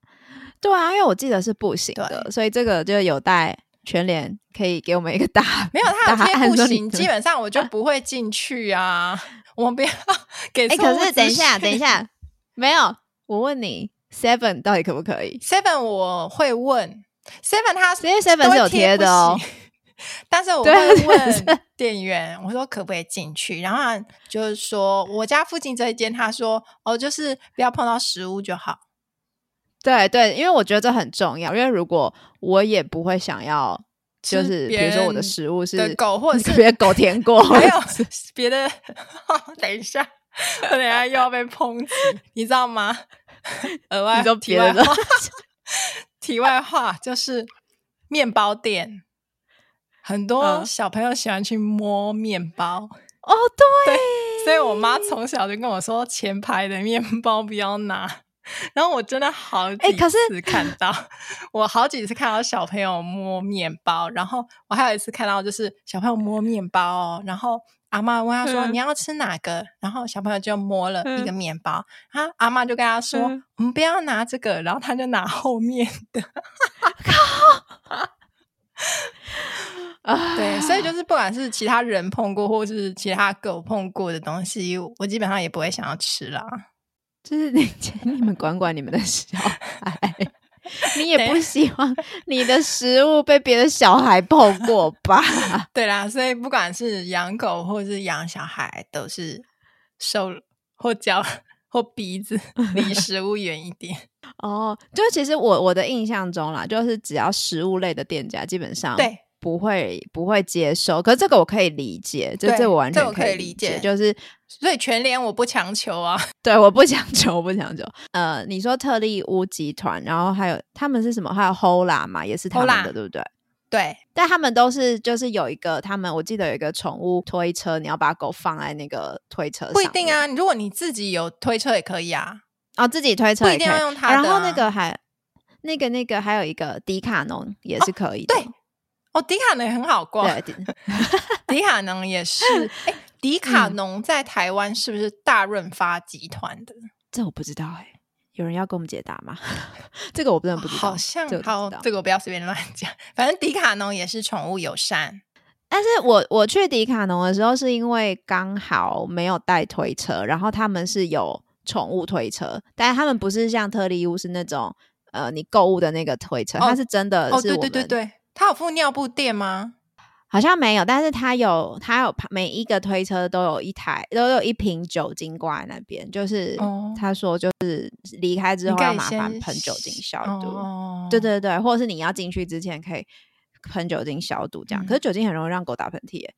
[SPEAKER 2] 对啊，因为我记得是不行的，
[SPEAKER 1] 对
[SPEAKER 2] 所以这个就有待全联可以给我们一个答案。
[SPEAKER 1] 没有他有
[SPEAKER 2] 答
[SPEAKER 1] 贴
[SPEAKER 2] 案
[SPEAKER 1] 不
[SPEAKER 2] 说你
[SPEAKER 1] 行，
[SPEAKER 2] 可
[SPEAKER 1] 基本上我 就不会进去啊。我们不要 给
[SPEAKER 2] 哎、
[SPEAKER 1] 错误资讯。
[SPEAKER 2] 可是等一下，等一下，没有，我问你，Seven 到底可不可以？
[SPEAKER 1] Seven 我会问 Seven，他
[SPEAKER 2] 因为 Seven
[SPEAKER 1] 都
[SPEAKER 2] 是
[SPEAKER 1] 会
[SPEAKER 2] 有贴
[SPEAKER 1] 不
[SPEAKER 2] 的哦
[SPEAKER 1] 行。但是我
[SPEAKER 2] 对啊
[SPEAKER 1] 会
[SPEAKER 2] 是
[SPEAKER 1] 问店员，我说可不可以进去？然后他就是说我家附近这一间，他说哦，就是不要碰到食物就好。
[SPEAKER 2] 对对，因为我觉得这很重要，因为如果我也不会想要，就
[SPEAKER 1] 吃
[SPEAKER 2] 是比
[SPEAKER 1] 别
[SPEAKER 2] 如说我的
[SPEAKER 1] 人
[SPEAKER 2] 食物是
[SPEAKER 1] 的狗或者是
[SPEAKER 2] 别人狗舔过，
[SPEAKER 1] 没有别的， 哦等一下，我等一下又要被抨击，你知道吗？ 额外
[SPEAKER 2] 你说
[SPEAKER 1] 题
[SPEAKER 2] 别
[SPEAKER 1] 外
[SPEAKER 2] 的
[SPEAKER 1] 话，题外话就是面包店，很多
[SPEAKER 2] 嗯
[SPEAKER 1] 小朋友喜欢去摸面包。
[SPEAKER 2] 哦， 对，
[SPEAKER 1] 所以我妈从小就跟我说，前排的面包不要拿。 然后我真的好
[SPEAKER 2] 哎
[SPEAKER 1] 几
[SPEAKER 2] 可是
[SPEAKER 1] 次看到， 我好几次看到小朋友摸面包，然后我还有一次看到就是小朋友摸面包、哦，然后阿妈问他说、
[SPEAKER 2] 嗯
[SPEAKER 1] 你要吃哪个，然后小朋友就摸了一个
[SPEAKER 2] 嗯
[SPEAKER 1] 面包，啊，阿妈就跟他说、
[SPEAKER 2] 嗯
[SPEAKER 1] 我们不要拿这个，然后他就拿后面的，
[SPEAKER 2] 啊，
[SPEAKER 1] 对，所以就是不管是其他人碰过，或是其他狗碰过的东西，我基本上也不会想要吃啦。
[SPEAKER 2] 就是你， 请你们管管你们的小孩，你也不希望你的食物被别的小孩碰过吧？
[SPEAKER 1] 对啦，所以不管是养狗或是养小孩，都是手或脚或鼻 子离食物远一点。
[SPEAKER 2] 哦，就其实我我的印象中啦，就是只要食物类的店家，基本上
[SPEAKER 1] 对，
[SPEAKER 2] 不会不会接受。可是这个我可以理解，就
[SPEAKER 1] 对
[SPEAKER 2] 这我完
[SPEAKER 1] 这
[SPEAKER 2] 全
[SPEAKER 1] 我可
[SPEAKER 2] 以
[SPEAKER 1] 以理
[SPEAKER 2] 解
[SPEAKER 1] 解
[SPEAKER 2] 就是
[SPEAKER 1] 所以全脸我不强求啊。
[SPEAKER 2] 对，我不强求，我不强求。呃，你说特利屋集团，然后还有他们是什么？还有 Hola 嘛，也是他们
[SPEAKER 1] Hola
[SPEAKER 2] 的，对不对？
[SPEAKER 1] 对
[SPEAKER 2] 但他们都是就是有一个，他们我记得有一个宠物推车，你要把狗放在那个推车上，
[SPEAKER 1] 不一定。啊，如果你自己有推车也可以啊，
[SPEAKER 2] 哦，自己推车
[SPEAKER 1] 不
[SPEAKER 2] 也
[SPEAKER 1] 一定
[SPEAKER 2] 可
[SPEAKER 1] 要
[SPEAKER 2] 以
[SPEAKER 1] 用它的啊、
[SPEAKER 2] 然后那个还那个那个还有一个迪卡侬也是可以的，
[SPEAKER 1] 对哦，迪卡侬也很好逛，
[SPEAKER 2] 对迪
[SPEAKER 1] 迪卡侬也是。哎，迪
[SPEAKER 2] 嗯
[SPEAKER 1] 卡侬在台湾是不是大润发集团的？
[SPEAKER 2] 这我不知道哎、有人要给我们解答吗？ 这个我真的不知道，
[SPEAKER 1] 好像
[SPEAKER 2] 这个我
[SPEAKER 1] 好
[SPEAKER 2] 不知，道
[SPEAKER 1] 这个我不要随便乱讲。反正迪卡侬也是宠物友善，
[SPEAKER 2] 但是我我去迪卡侬的时候，是因为刚好没有带推车，然后他们是有宠物推车，但是他们不是像特利屋是那种呃你购物的那个推车，
[SPEAKER 1] 哦
[SPEAKER 2] 它是真的
[SPEAKER 1] 哦，
[SPEAKER 2] 呃是我
[SPEAKER 1] 对
[SPEAKER 2] 们、
[SPEAKER 1] 对对对，它有附尿布垫吗？
[SPEAKER 2] 好像没有，但是它有它有每一个推车都有一台都有一瓶酒精挂在那边，就是
[SPEAKER 1] 哦
[SPEAKER 2] 他说就是离开之
[SPEAKER 1] 你
[SPEAKER 2] 后
[SPEAKER 1] 可
[SPEAKER 2] 要
[SPEAKER 1] 以
[SPEAKER 2] 麻
[SPEAKER 1] 先
[SPEAKER 2] 烦喷酒精消毒。
[SPEAKER 1] 哦，
[SPEAKER 2] 对对对，或者是你要进去之前可以喷酒精消毒这样。
[SPEAKER 1] 嗯
[SPEAKER 2] 可是酒精很容易让狗打喷 嚏耶。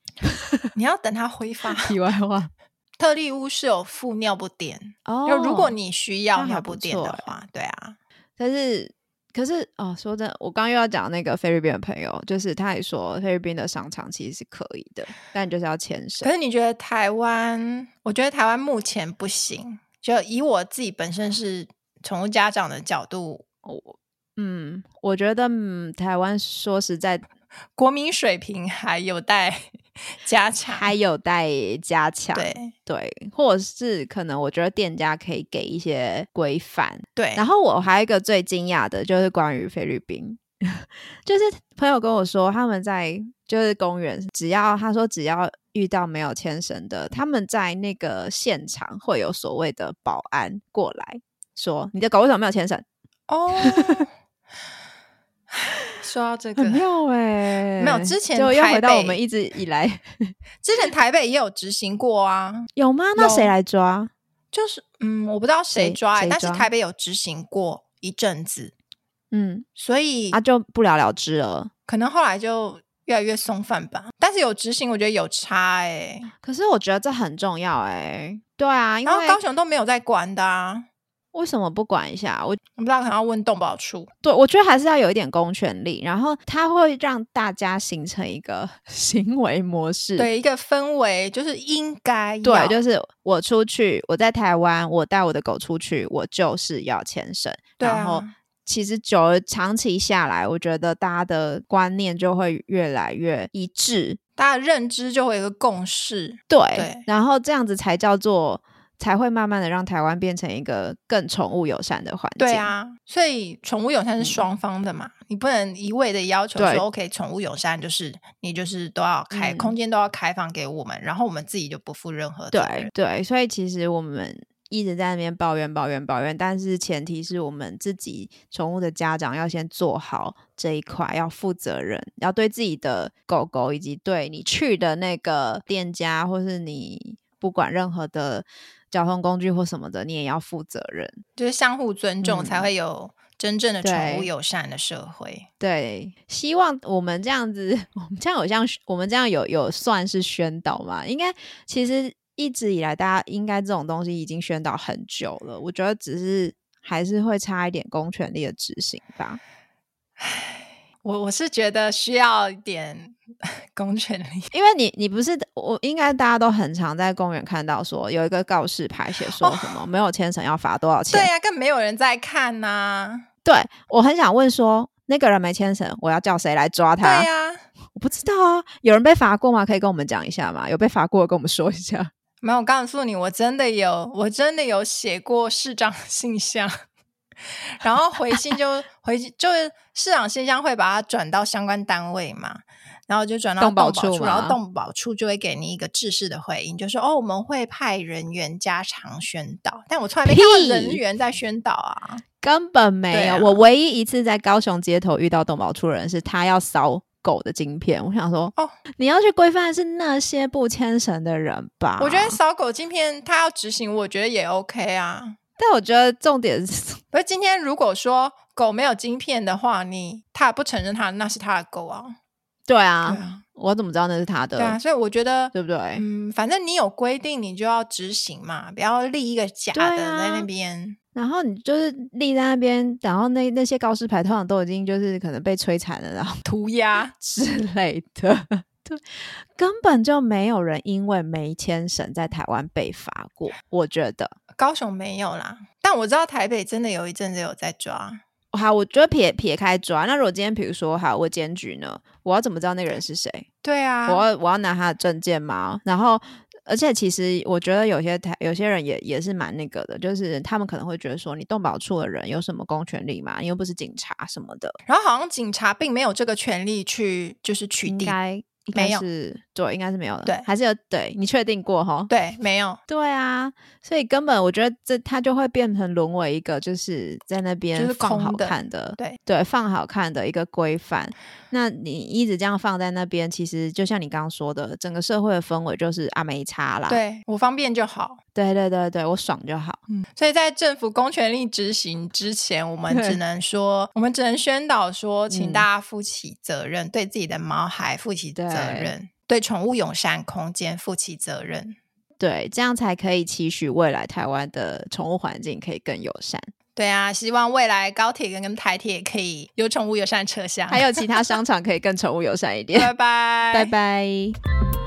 [SPEAKER 1] 你要等它挥发。
[SPEAKER 2] 题外话，
[SPEAKER 1] 特利屋是有附尿布垫，
[SPEAKER 2] 哦，
[SPEAKER 1] 就如果你需要
[SPEAKER 2] 那还
[SPEAKER 1] 尿
[SPEAKER 2] 不
[SPEAKER 1] 布垫
[SPEAKER 2] 错
[SPEAKER 1] 的
[SPEAKER 2] 欸
[SPEAKER 1] 话，对啊，
[SPEAKER 2] 但是可是哦，说真的，我刚刚又要讲那个菲律宾的朋友，就是他也说菲律宾的商场其实是可以的，但你就是要牵手
[SPEAKER 1] 可。是你觉得台湾？我觉得台湾目前不行。就以我自己本身是宠物家长的角度，
[SPEAKER 2] 我嗯，我觉得、嗯、台湾说实在
[SPEAKER 1] 国民水平还有待 加强。
[SPEAKER 2] 还有待加强，
[SPEAKER 1] 对
[SPEAKER 2] 对，或者是可能我觉得店家可以给一些规范，
[SPEAKER 1] 对，
[SPEAKER 2] 然后我还有一个最惊讶的就是关于菲律宾， 就是朋友跟我说他们在就是公园，只要他说只要遇到没有牵绳的，他们在那个现场会有所谓的保安过来说你的狗为什么没有牵绳？
[SPEAKER 1] 哦，说到这个
[SPEAKER 2] 很，妙哎、
[SPEAKER 1] 欸没有之前
[SPEAKER 2] 就又
[SPEAKER 1] 台
[SPEAKER 2] 回到我
[SPEAKER 1] 北
[SPEAKER 2] 们一直以 来
[SPEAKER 1] 之前台北也有执行过啊，
[SPEAKER 2] 有吗？那谁
[SPEAKER 1] 有
[SPEAKER 2] 来抓？
[SPEAKER 1] 就是嗯，我不知道谁
[SPEAKER 2] 谁
[SPEAKER 1] 抓欸、
[SPEAKER 2] 谁
[SPEAKER 1] 但是
[SPEAKER 2] 抓
[SPEAKER 1] 台北有执行过一阵子，
[SPEAKER 2] 嗯，
[SPEAKER 1] 所以
[SPEAKER 2] 啊，就不了了之了。
[SPEAKER 1] 可能后来就越来越松散吧。但是有执行，我觉得有差哎、
[SPEAKER 2] 可是我觉得这很重要哎、对啊，因
[SPEAKER 1] 然后
[SPEAKER 2] 为
[SPEAKER 1] 高雄都没有在管的啊，
[SPEAKER 2] 为什么不管一下？我
[SPEAKER 1] 我不知道可能要问动保处。
[SPEAKER 2] 对，我觉得还是要有一点公权力，然后它会让大家形成一个 行为模式。
[SPEAKER 1] 对，一个氛围就是应该
[SPEAKER 2] 对
[SPEAKER 1] 要
[SPEAKER 2] 就是我出去，我在台湾，我带我的狗出去，我就是要牵绳。
[SPEAKER 1] 对啊
[SPEAKER 2] 然后其实久而长期下来，我觉得大家的观念就会越来越一致。
[SPEAKER 1] 大家认知就会有一个共识。
[SPEAKER 2] 对，
[SPEAKER 1] 对
[SPEAKER 2] 然后这样子才叫做。才会慢慢的让台湾变成一个更宠物友善的环境。
[SPEAKER 1] 对，啊，所以宠物友善是双方的嘛，你不能一味的要求
[SPEAKER 2] 嗯对
[SPEAKER 1] 说 OK，宠物友善就是你就是都要开、
[SPEAKER 2] 嗯
[SPEAKER 1] 空间都要开放给我们，然后我们自己就不负任何责
[SPEAKER 2] 对
[SPEAKER 1] 任。
[SPEAKER 2] 对，所以其实我们一直在那边抱怨抱怨抱怨，但是前提是我们自己宠物的家长要先做好这一块，要负责任，要对自己的狗狗以及对你去的那个店家，或是你不管任何的交通工具或什么的，你也要负责任。
[SPEAKER 1] 就是相互尊重，
[SPEAKER 2] 嗯
[SPEAKER 1] 才会有真正的宠物
[SPEAKER 2] 对
[SPEAKER 1] 友善的社会。
[SPEAKER 2] 对，希望我们这样子， 我们这样有像我们这样有有算是宣导嘛？应该其实一直以来，大家应该这种东西已经宣导很久了。我觉得只是还是会差一点公权力的执行吧。
[SPEAKER 1] 我我是觉得需要一点公权力。
[SPEAKER 2] 因为你你不是我，应该大家都很常在公园看到说有一个告示牌写说什么、没有牵绳要罚多少
[SPEAKER 1] 哦对
[SPEAKER 2] 钱。
[SPEAKER 1] 呀、更没有人在看呐、
[SPEAKER 2] 对我很想问说。那个人没牵绳，我要叫谁来抓
[SPEAKER 1] 对
[SPEAKER 2] 他？
[SPEAKER 1] 呀、
[SPEAKER 2] 我不知道啊，有人被罚过吗？可以跟我们讲一下吗？有被罚过的跟我们说一下。
[SPEAKER 1] 没有，我告诉你，我真的有，我真的有写过市长信箱，然 后回信就回信就是市长信箱会把它转到相关单位嘛。然后就转到
[SPEAKER 2] 动保
[SPEAKER 1] 保处，
[SPEAKER 2] 处
[SPEAKER 1] 然
[SPEAKER 2] 吗
[SPEAKER 1] 后动保处就会给你一个制式的回应，就说哦，我们会派人员加强宣导，但我从来没看
[SPEAKER 2] 屁
[SPEAKER 1] 过人员在宣导啊。
[SPEAKER 2] 根本没
[SPEAKER 1] 对
[SPEAKER 2] 有。
[SPEAKER 1] 啊
[SPEAKER 2] 我唯一一次在高雄街头遇到动保处人，是他要扫狗的晶片。我想说，
[SPEAKER 1] 哦
[SPEAKER 2] 你要去规范的是那些不牵绳的人吧？
[SPEAKER 1] 我觉得，扫狗晶片它要执行，我觉得也 OK 啊。
[SPEAKER 2] 但我觉得重点是，
[SPEAKER 1] 而今天如果说狗没有晶片的话，你他也不承认他那是他的狗啊，
[SPEAKER 2] 对
[SPEAKER 1] 对
[SPEAKER 2] 啊，
[SPEAKER 1] 啊，
[SPEAKER 2] 我怎么知道那是他的？
[SPEAKER 1] 对啊，所以我觉得，
[SPEAKER 2] 对不对？
[SPEAKER 1] 嗯，反正你有规定，你就要执行嘛，不要立一个假的
[SPEAKER 2] 对啊
[SPEAKER 1] 在那边。
[SPEAKER 2] 然后你就是立在那边，然后那那些告示牌通常都已经就是可能被摧残了，然后
[SPEAKER 1] 涂鸦，
[SPEAKER 2] 之 类的，对，根本就没有人因为没牵绳在台湾被罚过。我觉得，
[SPEAKER 1] 高雄没有啦，但我知道台北真的有一阵子有在抓。
[SPEAKER 2] 好，我觉得撇撇开抓，那如果今天比如说，好，我检举呢，我要怎么知道那个人是谁？
[SPEAKER 1] 对啊，
[SPEAKER 2] 我要我要拿他的证件吗？然后，而且其实我觉得有些台有些人也也是蛮那个的，就是他们可能会觉得说，你动保处的人有什么公权力吗？你又不是警察什么的，
[SPEAKER 1] 然后好像警察并没有这个权利去就是取
[SPEAKER 2] 应
[SPEAKER 1] 缔，
[SPEAKER 2] 该应该
[SPEAKER 1] 没有
[SPEAKER 2] 是对，应该是没有的，
[SPEAKER 1] 对
[SPEAKER 2] 还是有对你确定过哈？
[SPEAKER 1] 对，没有。
[SPEAKER 2] 对啊，所以根本我觉得这它就会变成沦为一个就是在那边
[SPEAKER 1] 就是
[SPEAKER 2] 放
[SPEAKER 1] 空
[SPEAKER 2] 好
[SPEAKER 1] 的
[SPEAKER 2] 看的，
[SPEAKER 1] 对
[SPEAKER 2] 对，放好看的一个规范。那你一直这样放在那边，其实就像你刚刚说的，整个社会的氛围就是啊没差啦，
[SPEAKER 1] 对我方便就好，
[SPEAKER 2] 对对对对，我爽就好。
[SPEAKER 1] 所以在政府公权力执行之前，我们
[SPEAKER 2] 对
[SPEAKER 1] 只能说，我们只能宣导说，
[SPEAKER 2] 嗯
[SPEAKER 1] 请大家负起责任，对自己的毛孩负起责
[SPEAKER 2] 对
[SPEAKER 1] 任，对宠物友善空间负起责任。
[SPEAKER 2] 对，这样才可以期许未来台湾的宠物环境可以更友 善，
[SPEAKER 1] 对啊，希望未来高铁跟跟台铁可以有宠物友善车厢。
[SPEAKER 2] 还有其他商场可以更宠物友善一点。
[SPEAKER 1] 拜拜，
[SPEAKER 2] 拜。拜。